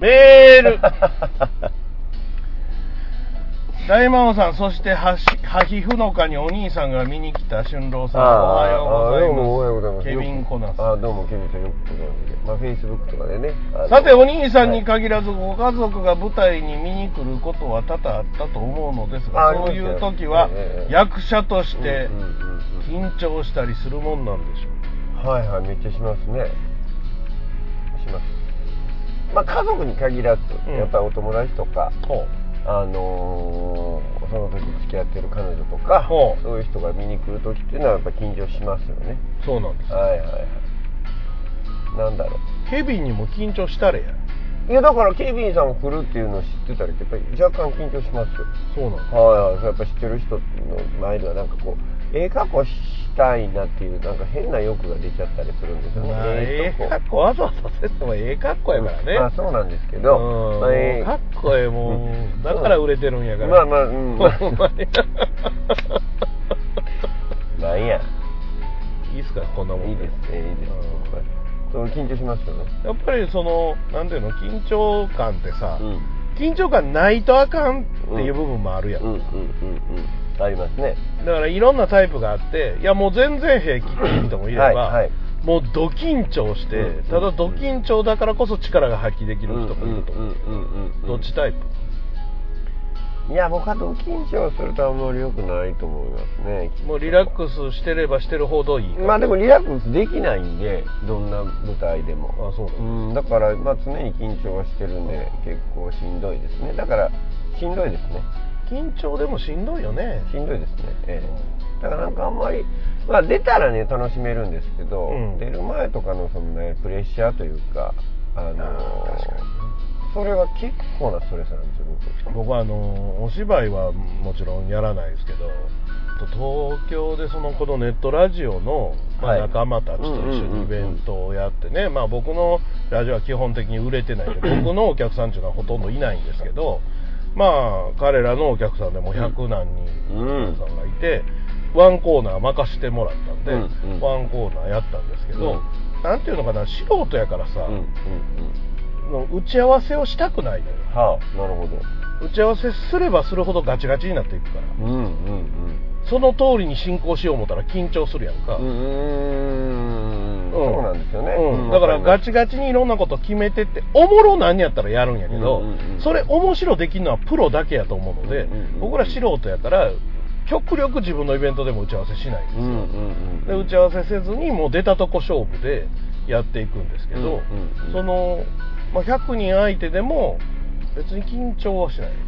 Speaker 1: メール大魔王さん、そしてはし、はひふのかにお兄さんが見に来た俊郎さん、おはよう
Speaker 2: あどもおはようご
Speaker 1: ご
Speaker 2: ざ
Speaker 1: ざ
Speaker 2: い
Speaker 1: い
Speaker 2: ま
Speaker 1: ますす。ケビン・コナス。
Speaker 2: あどうもケビンさんよくご存知でまあフェイスブックとかでねあの
Speaker 1: さてお兄さんに限らずご家族が舞台に見に来ることは多々あったと思うのです
Speaker 2: あ
Speaker 1: が
Speaker 2: ありま
Speaker 1: そう
Speaker 2: すね
Speaker 1: いう時は
Speaker 2: ええ
Speaker 1: 役者とし
Speaker 2: はい
Speaker 1: て
Speaker 2: うんうんうん
Speaker 1: 緊張したりするもんなんでしょ
Speaker 2: はいはいめっちゃしますねしますまあ家族に限らず
Speaker 1: うん
Speaker 2: やっぱりお友達とか、
Speaker 1: うほ
Speaker 2: あのーその時付き合ってる彼女とか
Speaker 1: ほう
Speaker 2: そういう人が見に来る時っていうのはやっぱ緊張しますよね
Speaker 1: うそうなんです
Speaker 2: はいはいはいなんだろ
Speaker 1: ケビンにも緊張したれや
Speaker 2: ういやだからケビンさんが来るっていうのを知ってたらやっぱり若干緊張しますよ
Speaker 1: そうなん
Speaker 2: はいはいそうやっぱ知ってる人の前ではなんかこうええ格好したいなっていうなんか変な欲が出ちゃったりするんですよね
Speaker 1: まあええ
Speaker 2: 格
Speaker 1: 格好わざわざせんでもええ格好やからね
Speaker 2: まあそうなんですけど、
Speaker 1: うん
Speaker 2: まあええ
Speaker 1: かっこええも
Speaker 2: うん
Speaker 1: んだから売れてるんやから
Speaker 2: まあまあうん
Speaker 1: ほんまに
Speaker 2: なんや
Speaker 1: いいっすかこんなもん
Speaker 2: いいですねいいですね
Speaker 1: うん
Speaker 2: そう緊張しますよね
Speaker 1: やっぱりそのなんていうの緊張感ってさ、
Speaker 2: うん
Speaker 1: 緊張感ないとあかんっていう部分もあるやん、
Speaker 2: うんうんうんうんありますね
Speaker 1: だからいろんなタイプがあっていやもう全然平気っていう人もいれば、
Speaker 2: はいはい
Speaker 1: もうド緊張して、
Speaker 2: うん
Speaker 1: ただド緊張だからこそ力が発揮でき
Speaker 2: う
Speaker 1: る
Speaker 2: んうん
Speaker 1: 人もいると思う、
Speaker 2: うんうん
Speaker 1: どっちタイプ
Speaker 2: いや僕はド緊張するとあんまり良くないと思いますね
Speaker 1: もうリラックスしてればしてるほどいいから
Speaker 2: まあでもリラックスできないんでどんな舞台でも
Speaker 1: あそうだ
Speaker 2: うんだからまあ常に緊張はしてるんで結構しんどいですねだからしんどいですね
Speaker 1: 緊張でもしんどいよね
Speaker 2: しんどいですねええだからなんかあんまりまあ出たらね楽しめるんですけど、
Speaker 1: うん
Speaker 2: 出る前とかのそのねプレッシャーというかあの
Speaker 1: あー確かに
Speaker 2: それは結構なストレスなんですよ僕
Speaker 1: 僕はあのお芝居はもちろんやらないですけど東京でそのこのネットラジオのまあ
Speaker 2: はい
Speaker 1: 仲間たちと一緒にイベントをやってね、まあ、僕のラジオは基本的に売れてないんで 僕のお客さんっていうのはほとんどいないんですけどまあ彼らのお客さんでも100何人
Speaker 2: うん
Speaker 1: お客さんがいて、ワンコーナー任してもらったんで、
Speaker 2: うんうん
Speaker 1: ワンコーナーやったんですけど、
Speaker 2: う
Speaker 1: なんていうのかな素人やからさ、
Speaker 2: うんうんうん
Speaker 1: の打ち合わせをしたくないのよ
Speaker 2: はあなるほど
Speaker 1: 打ち合わせすればするほどガチガチになっていくから
Speaker 2: うんうん
Speaker 1: その通りに進行しよう思ったら緊張するやんか、
Speaker 2: うんうんそうなんですよね、
Speaker 1: うん
Speaker 2: うん
Speaker 1: だからガチ
Speaker 2: わ
Speaker 1: ガチにいろんなこと決めてっておもろなんやったらやるんやけど、
Speaker 2: うんうんうん
Speaker 1: それ面白できるのはプロだけやと思うので、
Speaker 2: うんうんうん
Speaker 1: 僕ら素人やから極力自分のイベントでも打ち合わせしないんです
Speaker 2: か
Speaker 1: よ、
Speaker 2: るうんうんうん
Speaker 1: で打ち合わせせずにもう出たとこ勝負でやっていくんですけど、
Speaker 2: うんうん
Speaker 1: その、まあ、100人相手でも別に緊張はしないです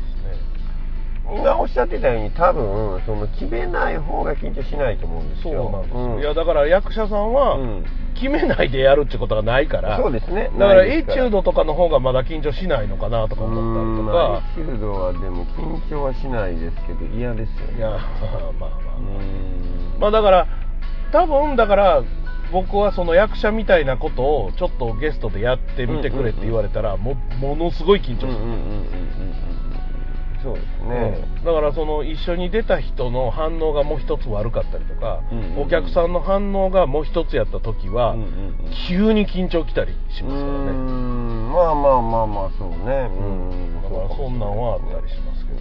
Speaker 2: 今おっしゃってたように多分その決めない方が緊張しないと思うんで
Speaker 1: ね
Speaker 2: す
Speaker 1: そう
Speaker 2: よ
Speaker 1: なんですよ、
Speaker 2: ん
Speaker 1: いやだから役者さんは、
Speaker 2: うん
Speaker 1: 決めないでやるってことがないから
Speaker 2: そうですね
Speaker 1: だから
Speaker 2: な
Speaker 1: エ
Speaker 2: いです
Speaker 1: チ
Speaker 2: から
Speaker 1: ュードとかの方がまだ緊張しないのかなとか思った
Speaker 2: うーんまあエチュードはでも緊張はしないですけど嫌ですよ
Speaker 1: りとか
Speaker 2: ね
Speaker 1: いやまあま
Speaker 2: う
Speaker 1: あ
Speaker 2: ーん
Speaker 1: まあだから多分だから僕はその役者みたいなことをちょっとゲストでやってみてくれって言われたらもものすごい緊張す
Speaker 2: うん
Speaker 1: る
Speaker 2: うんうんうんうんうんそうですね、
Speaker 1: うんだからその一緒に出た人の反応がもう一つ悪かったりとか、
Speaker 2: うんうんうん
Speaker 1: お客さんの反応がもう一つやった時は、
Speaker 2: うんうんうん
Speaker 1: 急に緊張きたりし
Speaker 2: う
Speaker 1: ますから
Speaker 2: ー
Speaker 1: ね
Speaker 2: んまあまあまあまあそうねうん
Speaker 1: だからそんなんはあったりしますけ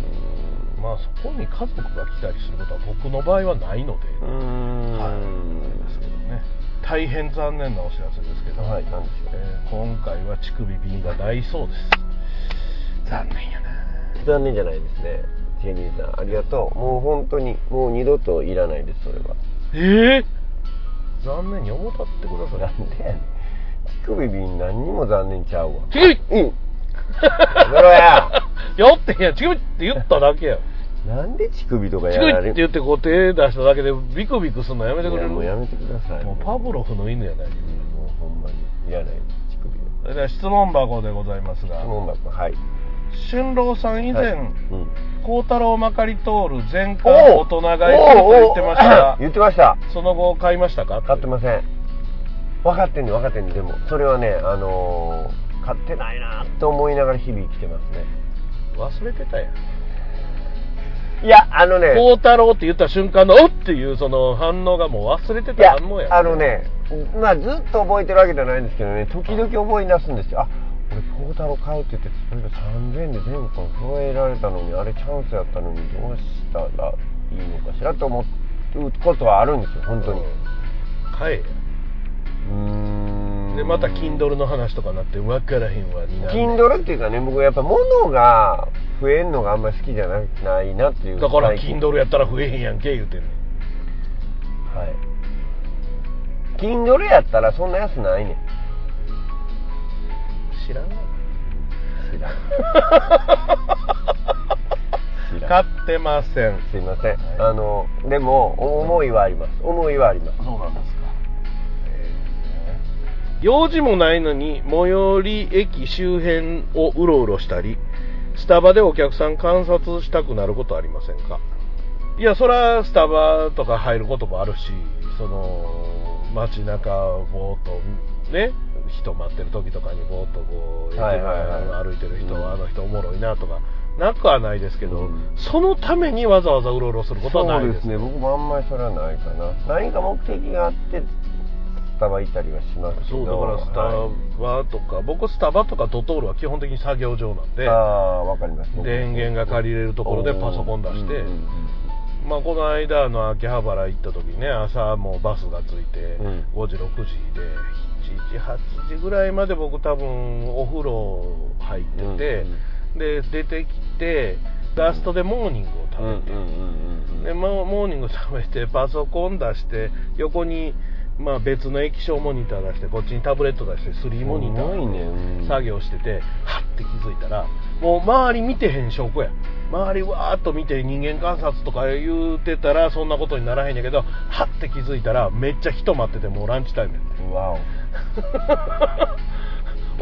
Speaker 1: ど、まあそこに家族が来たりすることは僕の場合はないので、
Speaker 2: うーん
Speaker 1: はいあれですけどね大変残念なお知らせですけど、
Speaker 2: はいなんでしょう
Speaker 1: えー今回は乳首瓶がないそうです残念やな
Speaker 2: 残念じゃないですねジェニーさんありがとうもう本当にもう二度といらないですそれは
Speaker 1: ええ残念に思ったってください
Speaker 2: なんでやねん乳首に何にも残念ちゃうわ
Speaker 1: ちぎり
Speaker 2: うんそれや
Speaker 1: よっていやちぎりって言っただけ や
Speaker 2: なんで乳首とか
Speaker 1: ち
Speaker 2: や
Speaker 1: ぎり
Speaker 2: ら
Speaker 1: っ
Speaker 2: れ
Speaker 1: て言ってこう手出しただけでビクビクするのやめてく
Speaker 2: い
Speaker 1: れ
Speaker 2: や
Speaker 1: る
Speaker 2: もうやめてください
Speaker 1: もうパブロフの犬やないですか
Speaker 2: もうほんまに嫌だよ乳首の
Speaker 1: それでは質問箱でございますが
Speaker 2: 質問箱はい
Speaker 1: 春郎さん以前、
Speaker 2: はいうん
Speaker 1: 孝太郎まかり通る全巻大人買いすると言ってました
Speaker 2: おーおーおー
Speaker 1: が
Speaker 2: 言ってました
Speaker 1: その後買いましたか
Speaker 2: 買ってますせん分かってんね分かってんねでもそれはねあのー買ってないなと思いながら日々生きてますね
Speaker 1: 忘れてたやん
Speaker 2: いやあのね
Speaker 1: 孝太郎って言った瞬間の「おっ!」っていうその反応がもう忘れて
Speaker 2: いや
Speaker 1: た反応やん
Speaker 2: あのねまあずっと覚えてるわけじゃないんですけどね時々覚え出すんですよあ俺孝太郎買うって言ってそれが3000円で全部揃えられたのにあれチャンスやったのにどうしたらいいのかしらと思うことはあるんですよ本当に
Speaker 1: はいう
Speaker 2: ーん
Speaker 1: でまた Kindle の話とかなって分からへんわにな
Speaker 2: Kindle っていうかね僕やっぱ物が増えるのがあんまり好きじゃなないなっていう
Speaker 1: だから
Speaker 2: 最近
Speaker 1: Kindle やったら増えへんやんけ言うてんねん
Speaker 2: はい Kindle やったらそんな安ないねん
Speaker 1: 知 らんわ
Speaker 2: 知らん知ら
Speaker 1: 買
Speaker 2: ん
Speaker 1: ってません
Speaker 2: すいませんあのでもお思いはあります思いはあります
Speaker 1: そうなんですか用事もないのに最寄り駅周辺をうろうろしたりスタバでお客さん観察したくなることありませんかいやそらスタバとか入ることもあるしその街中ぼーっとね人待ってる時とかにぼーっとこう駅
Speaker 2: は
Speaker 1: 前
Speaker 2: いはいはい
Speaker 1: 歩いてる人
Speaker 2: うん
Speaker 1: はあの人おもろいなとかなくはないですけど、
Speaker 2: うん
Speaker 1: そのためにわざわざうろうろすることはない
Speaker 2: そう
Speaker 1: で
Speaker 2: ですすね僕もあんまりそれはないかな何か目的があってスタバ行ったりはしますけ
Speaker 1: そ
Speaker 2: ど
Speaker 1: うだからスタバとか、僕スタバとかドトールは基本的に作業場なんで
Speaker 2: ああーわかります
Speaker 1: 電源が借りれるところでパソコン出して、
Speaker 2: うんうん
Speaker 1: まあ、この間あの秋葉原行った時にね朝もうバスがついて
Speaker 2: うん
Speaker 1: 5時6時で7時8時ぐらいまで僕多分お風呂入ってて、
Speaker 2: うんうん
Speaker 1: で出てきてラストでモーニングを
Speaker 2: う
Speaker 1: 食
Speaker 2: んうん
Speaker 1: べて、
Speaker 2: うんうん
Speaker 1: でモーモーニング食べてパソコン出して横に、まあ、別の液晶モニター出してこっちにタブレット出して3モニタ
Speaker 2: すごいねう
Speaker 1: ー
Speaker 2: ん
Speaker 1: で作業しててはって気づいたらもう周り見てへん証拠や周りわーっと見て人間観察とか言うてたらそんなことにならへんやけどはって気づいたらめっちゃ人待っててもうランチタイムや って
Speaker 2: うんわお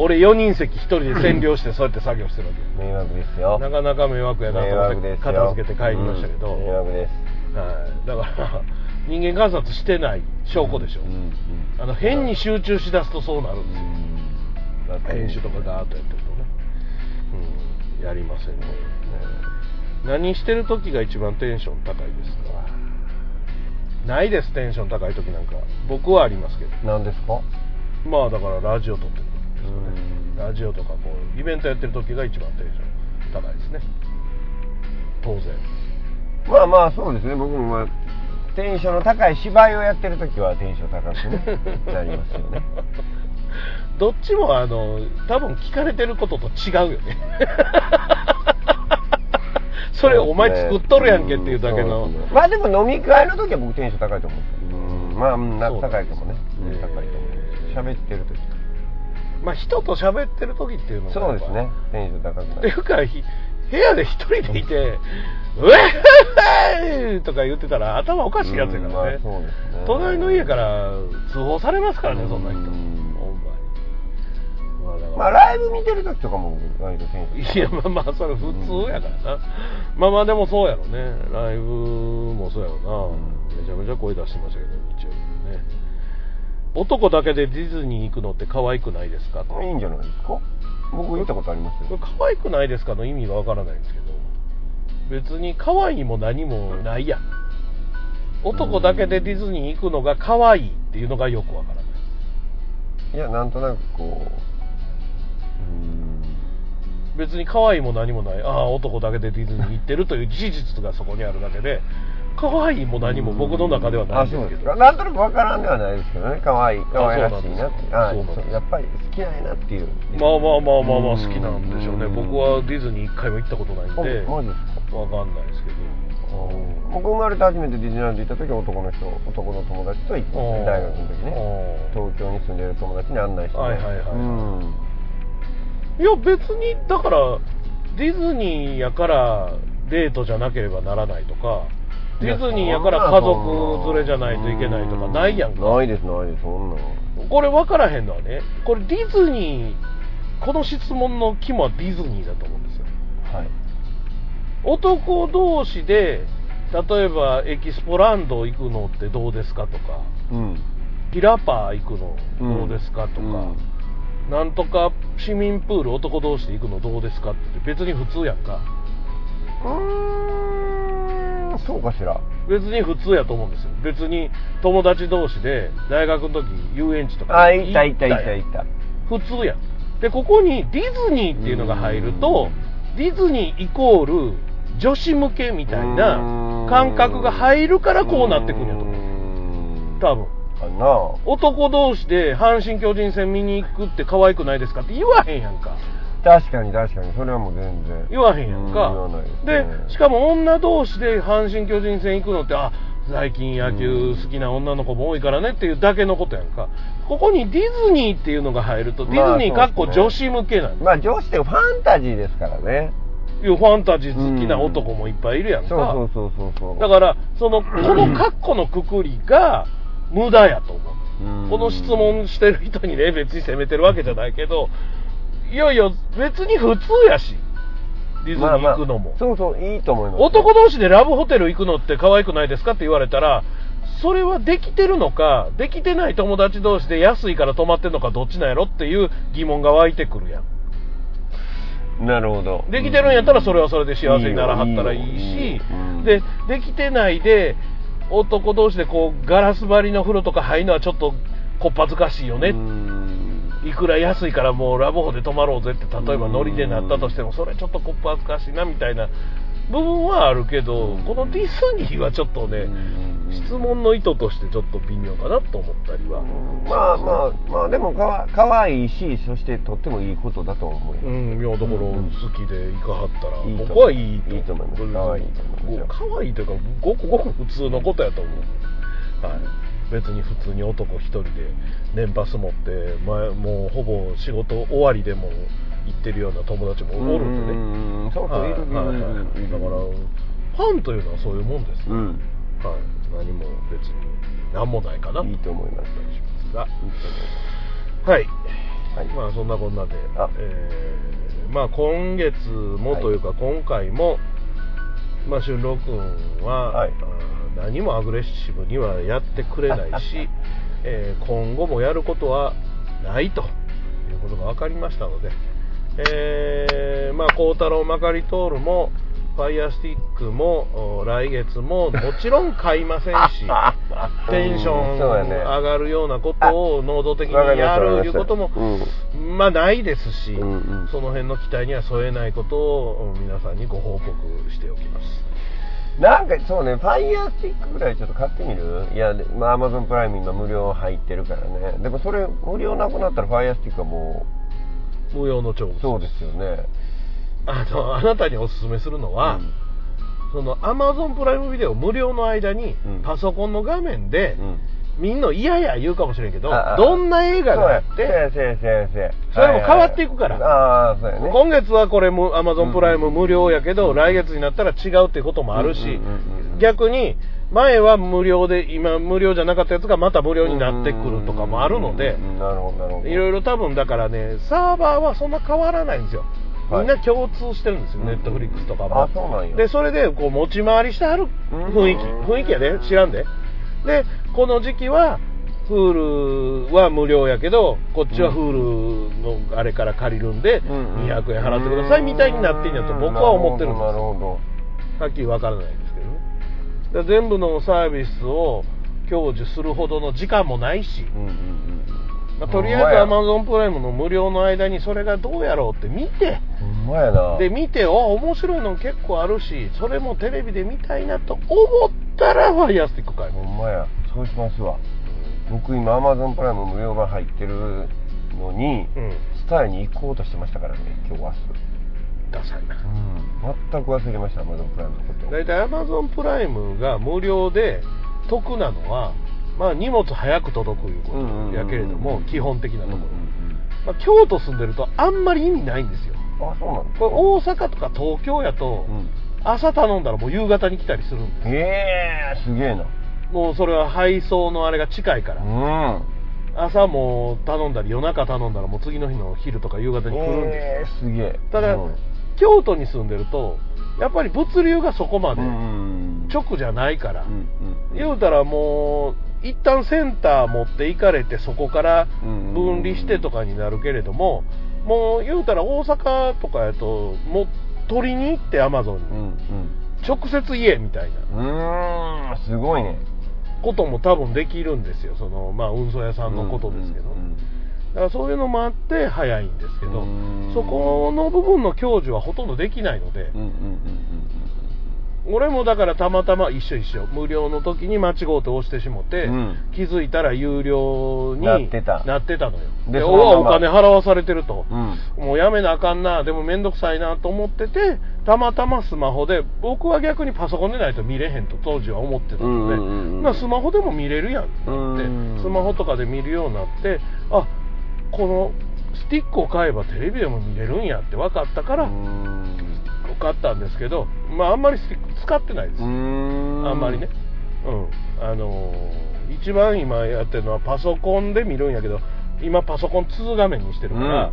Speaker 1: 俺4人席1人で占領してそうやって作業してるわけ
Speaker 2: 迷惑ですよ
Speaker 1: なかなか迷惑やな
Speaker 2: 迷
Speaker 1: と思
Speaker 2: 惑
Speaker 1: っ
Speaker 2: で
Speaker 1: て
Speaker 2: すよ
Speaker 1: 片付けて帰りましたけど、
Speaker 2: うん迷惑です
Speaker 1: はい、だから人間観察してない証拠でしょ、
Speaker 2: うんうん
Speaker 1: あの変に集中しだすとそうなるんですよ、
Speaker 2: だって
Speaker 1: 編集とかガーッとやってるとね、うん、やりませんね何してる時が一番テンション高いですかないですテンション高い時なんか僕はありますけど
Speaker 2: 何ですか
Speaker 1: まあだからラジオ撮ってる時ですよね
Speaker 2: うん
Speaker 1: ラジオとかこうイベントやってる時が一番テンション高いですね当然
Speaker 2: まあまあそうですね僕も、まあ、テンションの高い芝居をやってる時はテンション高くねなりますよ ね
Speaker 1: どっちもあの多分聞かれてることと違うよ ねそれお前作っとるやんけっていうだけの
Speaker 2: そですねまあでも飲み会の時は僕テンション高いと思うんですようんまあうんな
Speaker 1: そうなん
Speaker 2: 高い
Speaker 1: で
Speaker 2: か
Speaker 1: す
Speaker 2: もねうん
Speaker 1: えー
Speaker 2: 高いと思います喋ってる時
Speaker 1: まあ人と喋ってる時っていうのが
Speaker 2: そう
Speaker 1: やっ
Speaker 2: で
Speaker 1: ぱ
Speaker 2: すねテンション高くな
Speaker 1: ってい
Speaker 2: る
Speaker 1: うかひ部屋で一人でいて「うえっ!」とか言ってたら頭おかしいやつやか
Speaker 2: うんま
Speaker 1: ら
Speaker 2: あ
Speaker 1: ね,、
Speaker 2: そうですね
Speaker 1: 隣の家から通報されますからねそんな人
Speaker 2: うん
Speaker 1: ほんまに、まあだから
Speaker 2: まあライブ見てる時とかも割とテンション
Speaker 1: いやまあまあそれ普通やからな、まあまあでもそうやろねライブもそうやろな、めちゃめちゃ声出してましたけど日曜日もね男だけでディズニー行くのって可愛くないですか
Speaker 2: いいんじゃないですか僕行ったことあります
Speaker 1: これ
Speaker 2: よ
Speaker 1: 可愛くないですかの意味がわからないんですけど別に可愛いも何もないやん男だけでディズニー行くのが可愛いっていうのがよくわからない
Speaker 2: いやなんとなくこううん
Speaker 1: 別に可愛いも何もないああ男だけでディズニー行ってるという事実がそこにあるだけで可愛いも何も僕の中ではないん
Speaker 2: あ
Speaker 1: ですけ
Speaker 2: そうです
Speaker 1: ど
Speaker 2: かなんとなくわからんではないですけどね可愛い可愛らしいなって
Speaker 1: あ
Speaker 2: あ
Speaker 1: そうなんですかそうなんです
Speaker 2: そうやっぱり好きなんやなっていう
Speaker 1: まあまあまあまあまあ好きなんでしょうね
Speaker 2: うん
Speaker 1: 僕はディズニー一回も行ったことないん
Speaker 2: お
Speaker 1: で
Speaker 2: マジですか
Speaker 1: わかんないですけ
Speaker 2: 僕生まれて初めてディズニーランド行った時は男の人男の友達と行っ
Speaker 1: ど
Speaker 2: て大学の時ね
Speaker 1: ああ
Speaker 2: 東京に住んでる友達に案内して
Speaker 1: はいはいはい
Speaker 2: うん
Speaker 1: いや別にだからディズニーやからデートじゃなければならないとかディズニーやから家族連れじゃないといけないとかないやんか
Speaker 2: ないですないですそんなん
Speaker 1: これ分からへんのはねこれディズニーこの質問の肝はディズニーだと思うんですよ
Speaker 2: はい
Speaker 1: 男同士で例えばエキスポランド行くのってどうですかとか
Speaker 2: うん
Speaker 1: ピラパー行くのどうですかとか、
Speaker 2: うん
Speaker 1: なんとか市民プール男同士で行くのどうですかって別に普通やんか
Speaker 2: うーんそうかしら
Speaker 1: 別に普通やと思うんですよ別に友達同士で大学の時遊園地とか
Speaker 2: あいたいたいたいた
Speaker 1: 普通やんでここにディズニーっていうのが入るとディズニーイコール女子向けみたいな感覚が入るからこうなってくるんやと思う多分
Speaker 2: かな
Speaker 1: 男同士で阪神・巨人戦見に行くって可愛くないですかって言わへんやんか
Speaker 2: 確かに確かにそれはもう全然
Speaker 1: 言わへんやん
Speaker 2: う
Speaker 1: か
Speaker 2: ん言わない
Speaker 1: で
Speaker 2: ですね
Speaker 1: しかも女同士で阪神・巨人戦行くのってあ最近野球好きな女の子も多いからねっていうだけのことやんかここにディズニーっていうのが入るとデ
Speaker 2: まあ
Speaker 1: ィズニーかっこ
Speaker 2: そう
Speaker 1: 女
Speaker 2: で
Speaker 1: 子向けなんだ
Speaker 2: まあ女子ってファンタジーですからね
Speaker 1: いうファンタジー好きな男もいっぱいいるやん
Speaker 2: そうそ
Speaker 1: か
Speaker 2: うそうそうそう
Speaker 1: だからそのこのかっこのくくりが無駄やと思う
Speaker 2: うん
Speaker 1: この質問してる人にね別に責めてるわけじゃないけどいやいや別に普通やしディズニー行くのも、
Speaker 2: まあまあそうそういいと思います
Speaker 1: 男同士でラブホテル行くのって可愛くないですかって言われたらそれはできてるのかできてない友達同士で安いから泊まってんのかどっちなんやろっていう疑問が湧いてくるやん
Speaker 2: なるほど
Speaker 1: できてるんやったらそれはそれで幸せにならはったらいい
Speaker 2: いい
Speaker 1: し
Speaker 2: ようん
Speaker 1: でできてないで男同士でこうガラス張りの風呂とか入るのはちょっとこっぱずかしいよねっ
Speaker 2: うん
Speaker 1: いくら安いからもうラブホで泊まろうぜって例えばノリでなったとしてもそれちょっとこっぱ恥ずかしいなみたいな部分はあるけどこのディズニーはちょっとね質問の意図としてちょっと微妙かなと思ったりは
Speaker 2: まあまあまあでもかわかわいいしそしてとってもいいことだと思います
Speaker 1: うんいやだから好きで行かはったら
Speaker 2: いいと思う
Speaker 1: 僕はいい
Speaker 2: いいと思います
Speaker 1: 別に
Speaker 2: 可愛いと思います
Speaker 1: 可愛いというかごくごく普通のことやと思うはい別に普通に男一人で年パス持って前もうほぼ仕事終わりでも行ってるような友達もおるんでね
Speaker 2: ねそうそういるい
Speaker 1: はいはい
Speaker 2: るいるいる
Speaker 1: だからファンというのはそういうもんです、
Speaker 2: うん
Speaker 1: はい、何も別に何もないかなと
Speaker 2: いいと思いま
Speaker 1: 思
Speaker 2: す
Speaker 1: ったりしますがはい、
Speaker 2: はい
Speaker 1: まあそんなこんなで
Speaker 2: あ、
Speaker 1: えーまあ今月もというか今回も、まあ俊郎君は、
Speaker 2: はい
Speaker 1: あー何もアグレッシブにはやってくれないし、えー今後もやることはないということが分かりましたので、えーまあ孝太郎まかり通るもファイアスティックもお来月ももちろん買いません しテンション
Speaker 2: そうやね
Speaker 1: 上がるようなことを能動的にやるいうこともまあないですし、
Speaker 2: うんうん
Speaker 1: その辺の期待には添えないことをうん皆さんにご報告しておきます
Speaker 2: なんかそうね、ファイヤースティックぐらいちょっと買ってみるいや、でまあ、アマゾンプライム今無料入ってるからね。でもそれ無料なくなったらファイヤースティックはも
Speaker 1: 無用の長
Speaker 2: う、
Speaker 1: 物
Speaker 2: そうですよね。
Speaker 1: あのあなたにお勧めするのは、そのアマゾンプライムビデオ無料の間に、
Speaker 2: うん
Speaker 1: パソコンの画面で、
Speaker 2: うん。
Speaker 1: みんな嫌や言うかもしれんけど
Speaker 2: ああ
Speaker 1: どんな映画があっ
Speaker 2: そう
Speaker 1: て
Speaker 2: やせやせやせや
Speaker 1: それも変わっていくから
Speaker 2: ああー、そうやね。
Speaker 1: 今月はこれもアマゾンプライム無料やけど、来月になったら違うってこともあるし、
Speaker 2: うんうんうんうん
Speaker 1: 逆に前は無料で今無料じゃなかったやつがまた無料になってくるとかもあるので
Speaker 2: うんうんうんなるほど、なるほど。
Speaker 1: いろいろ多分だからねサーバーはそんな変わらないんですよみ
Speaker 2: はい
Speaker 1: んな共通してるんですよ、ネットフリックスとかも
Speaker 2: あそうなんや
Speaker 1: でそれでこう持ち回りしてある雰囲気
Speaker 2: うん
Speaker 1: 雰囲気やで知らんででこの時期は Hulu は無料やけどこっちは Hulu のあれから借りるんで
Speaker 2: うんうん
Speaker 1: 200円払ってくださいみたいになってんやと僕は思ってるんです
Speaker 2: なる
Speaker 1: よ
Speaker 2: ほど。
Speaker 1: はっきりわからないんですけどねだから全部のサービスを享受するほどの時間もないし、
Speaker 2: うんうんうん。
Speaker 1: まあとりあえず Amazon プライムの無料の間にそれがどうやろうって見て
Speaker 2: ほんまやな。
Speaker 1: で見てお面白いの結構あるしそれもテレビで見たいなと思ったらファイアスティック買い
Speaker 2: ほ
Speaker 1: ます
Speaker 2: んまや、そうしますわ。僕今アマゾンプライム無料版入ってるのに、
Speaker 1: うん
Speaker 2: スターに行こうとしてましたからね、今日明日。
Speaker 1: ダサいな
Speaker 2: 全く忘れました、アマゾンプライムのこと。
Speaker 1: 大体 Amazon プライムが無料で得なのはまあ、荷物早く届くいうこ
Speaker 2: うんうんうん
Speaker 1: とやけれども、基本的なところ、
Speaker 2: ん
Speaker 1: まあ、京都住んでるとあんまり意味ないんですよ
Speaker 2: あそうなんだ
Speaker 1: これ大阪とか東京やと、朝頼んだらもう夕方に来たりするんで
Speaker 2: ええすげえな
Speaker 1: もうそれは配送のあれが近いから、
Speaker 2: うん
Speaker 1: 朝もう頼んだり夜中頼んだらもう次の日の昼とか夕方に来るんですよ、
Speaker 2: ええすげえ
Speaker 1: ただ、
Speaker 2: うん
Speaker 1: 京都に住んでるとやっぱり物流がそこまで
Speaker 2: うん
Speaker 1: 直じゃないから、
Speaker 2: うんうん
Speaker 1: 言うたらもう一旦センター持って行かれてそこから分離してとかになるけれども、もう言うたら大阪とかやともう取りに行ってアマゾン
Speaker 2: う
Speaker 1: に
Speaker 2: ん
Speaker 1: 直接言えみたいな
Speaker 2: うんうーんすごいね
Speaker 1: ことも多分できるんですよその、まあ、運送屋さんのことですけど、
Speaker 2: うん
Speaker 1: だからそういうのもあって早いんですけど、
Speaker 2: うん
Speaker 1: そこの部分の享受はほとんどできないので、
Speaker 2: うんうん
Speaker 1: 俺もだからたまたま一緒一緒無料の時に間違うて押してしもて、
Speaker 2: うん
Speaker 1: 気づいたら有料に
Speaker 2: なってた
Speaker 1: なってたのよ
Speaker 2: で
Speaker 1: で
Speaker 2: そ
Speaker 1: お
Speaker 2: のまま
Speaker 1: わお金払わされてると
Speaker 2: うんう、んうん
Speaker 1: もうやめなあかんなでも面倒くさいなと思っててたまたまスマホで僕は逆にパソコンでないと見れへんと当時は思ってたので、
Speaker 2: うんうんうんうん
Speaker 1: まあ、スマホでも見れるやんってな
Speaker 2: う
Speaker 1: っ
Speaker 2: ん
Speaker 1: てスマホとかで見るようになってあこのスティックを買えばテレビでも見れるんやって分かったから、買ったんですけど、まあ、あんまりスティック使ってないです、
Speaker 2: うん
Speaker 1: あんまりね、うんあのー一番今やってるのはパソコンで見るんやけど今パソコン2画面にしてるから、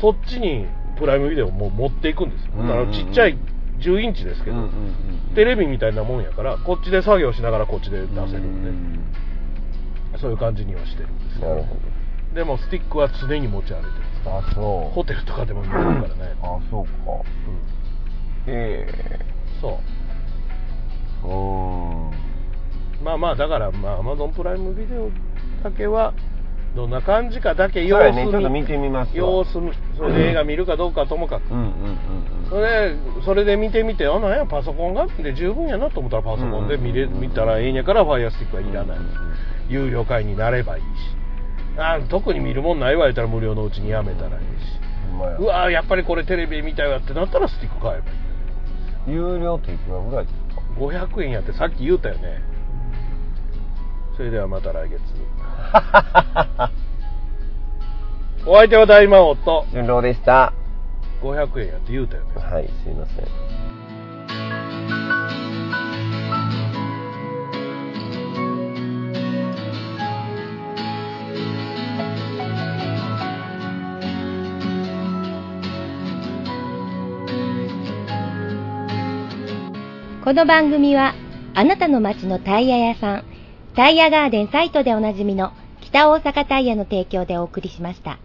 Speaker 1: そっちにプライムビデオもう持っていくんですよ、
Speaker 2: うんうんうん
Speaker 1: だからちっちゃい10インチですけど、
Speaker 2: うんうんうん
Speaker 1: テレビみたいなもんやからこっちで作業しながらこっちで出せるんで、
Speaker 2: うん
Speaker 1: そういう感じにはしてるんです
Speaker 2: なるほ
Speaker 1: でもスティックは常に持ち歩いてる
Speaker 2: どあそう
Speaker 1: ホテルとかでも見れるからね、
Speaker 2: あそうか
Speaker 1: うん
Speaker 2: ええ
Speaker 1: そう
Speaker 2: うん
Speaker 1: まあまあだからまあ Amazon プライムビデオだけはどんな感じかだけ
Speaker 2: そ
Speaker 1: 様
Speaker 2: うや
Speaker 1: 子
Speaker 2: ねちょっと見てみますわ
Speaker 1: 様子見それで映画見るかどうかはともかく
Speaker 2: うんうんうんうん
Speaker 1: それそれで見てみてあなんやパソコンがで十分やなと思ったらパソコンで見れ、
Speaker 2: うんうんうんうん
Speaker 1: 見たらええんやからファイアスティックはいらない、
Speaker 2: うんうん
Speaker 1: 有料会になればいいしあ特に見るもんないわ言ったら無料のうちにやめたらいいし
Speaker 2: ほんまや
Speaker 1: うわやっぱりこれテレビ見たいわってなったらスティック買えばいい
Speaker 2: 有料っていくらぐらいですか
Speaker 1: 500円やってさっき言うたよねそれではまた来月お相手は大魔王と
Speaker 2: 順郎でした
Speaker 1: 500円やって言うたよね
Speaker 2: はいすいません
Speaker 6: この番組はあなたの街のタイヤ屋さんタイヤガーデンサイトでおなじみの北大阪タイヤの提供でお送りしました。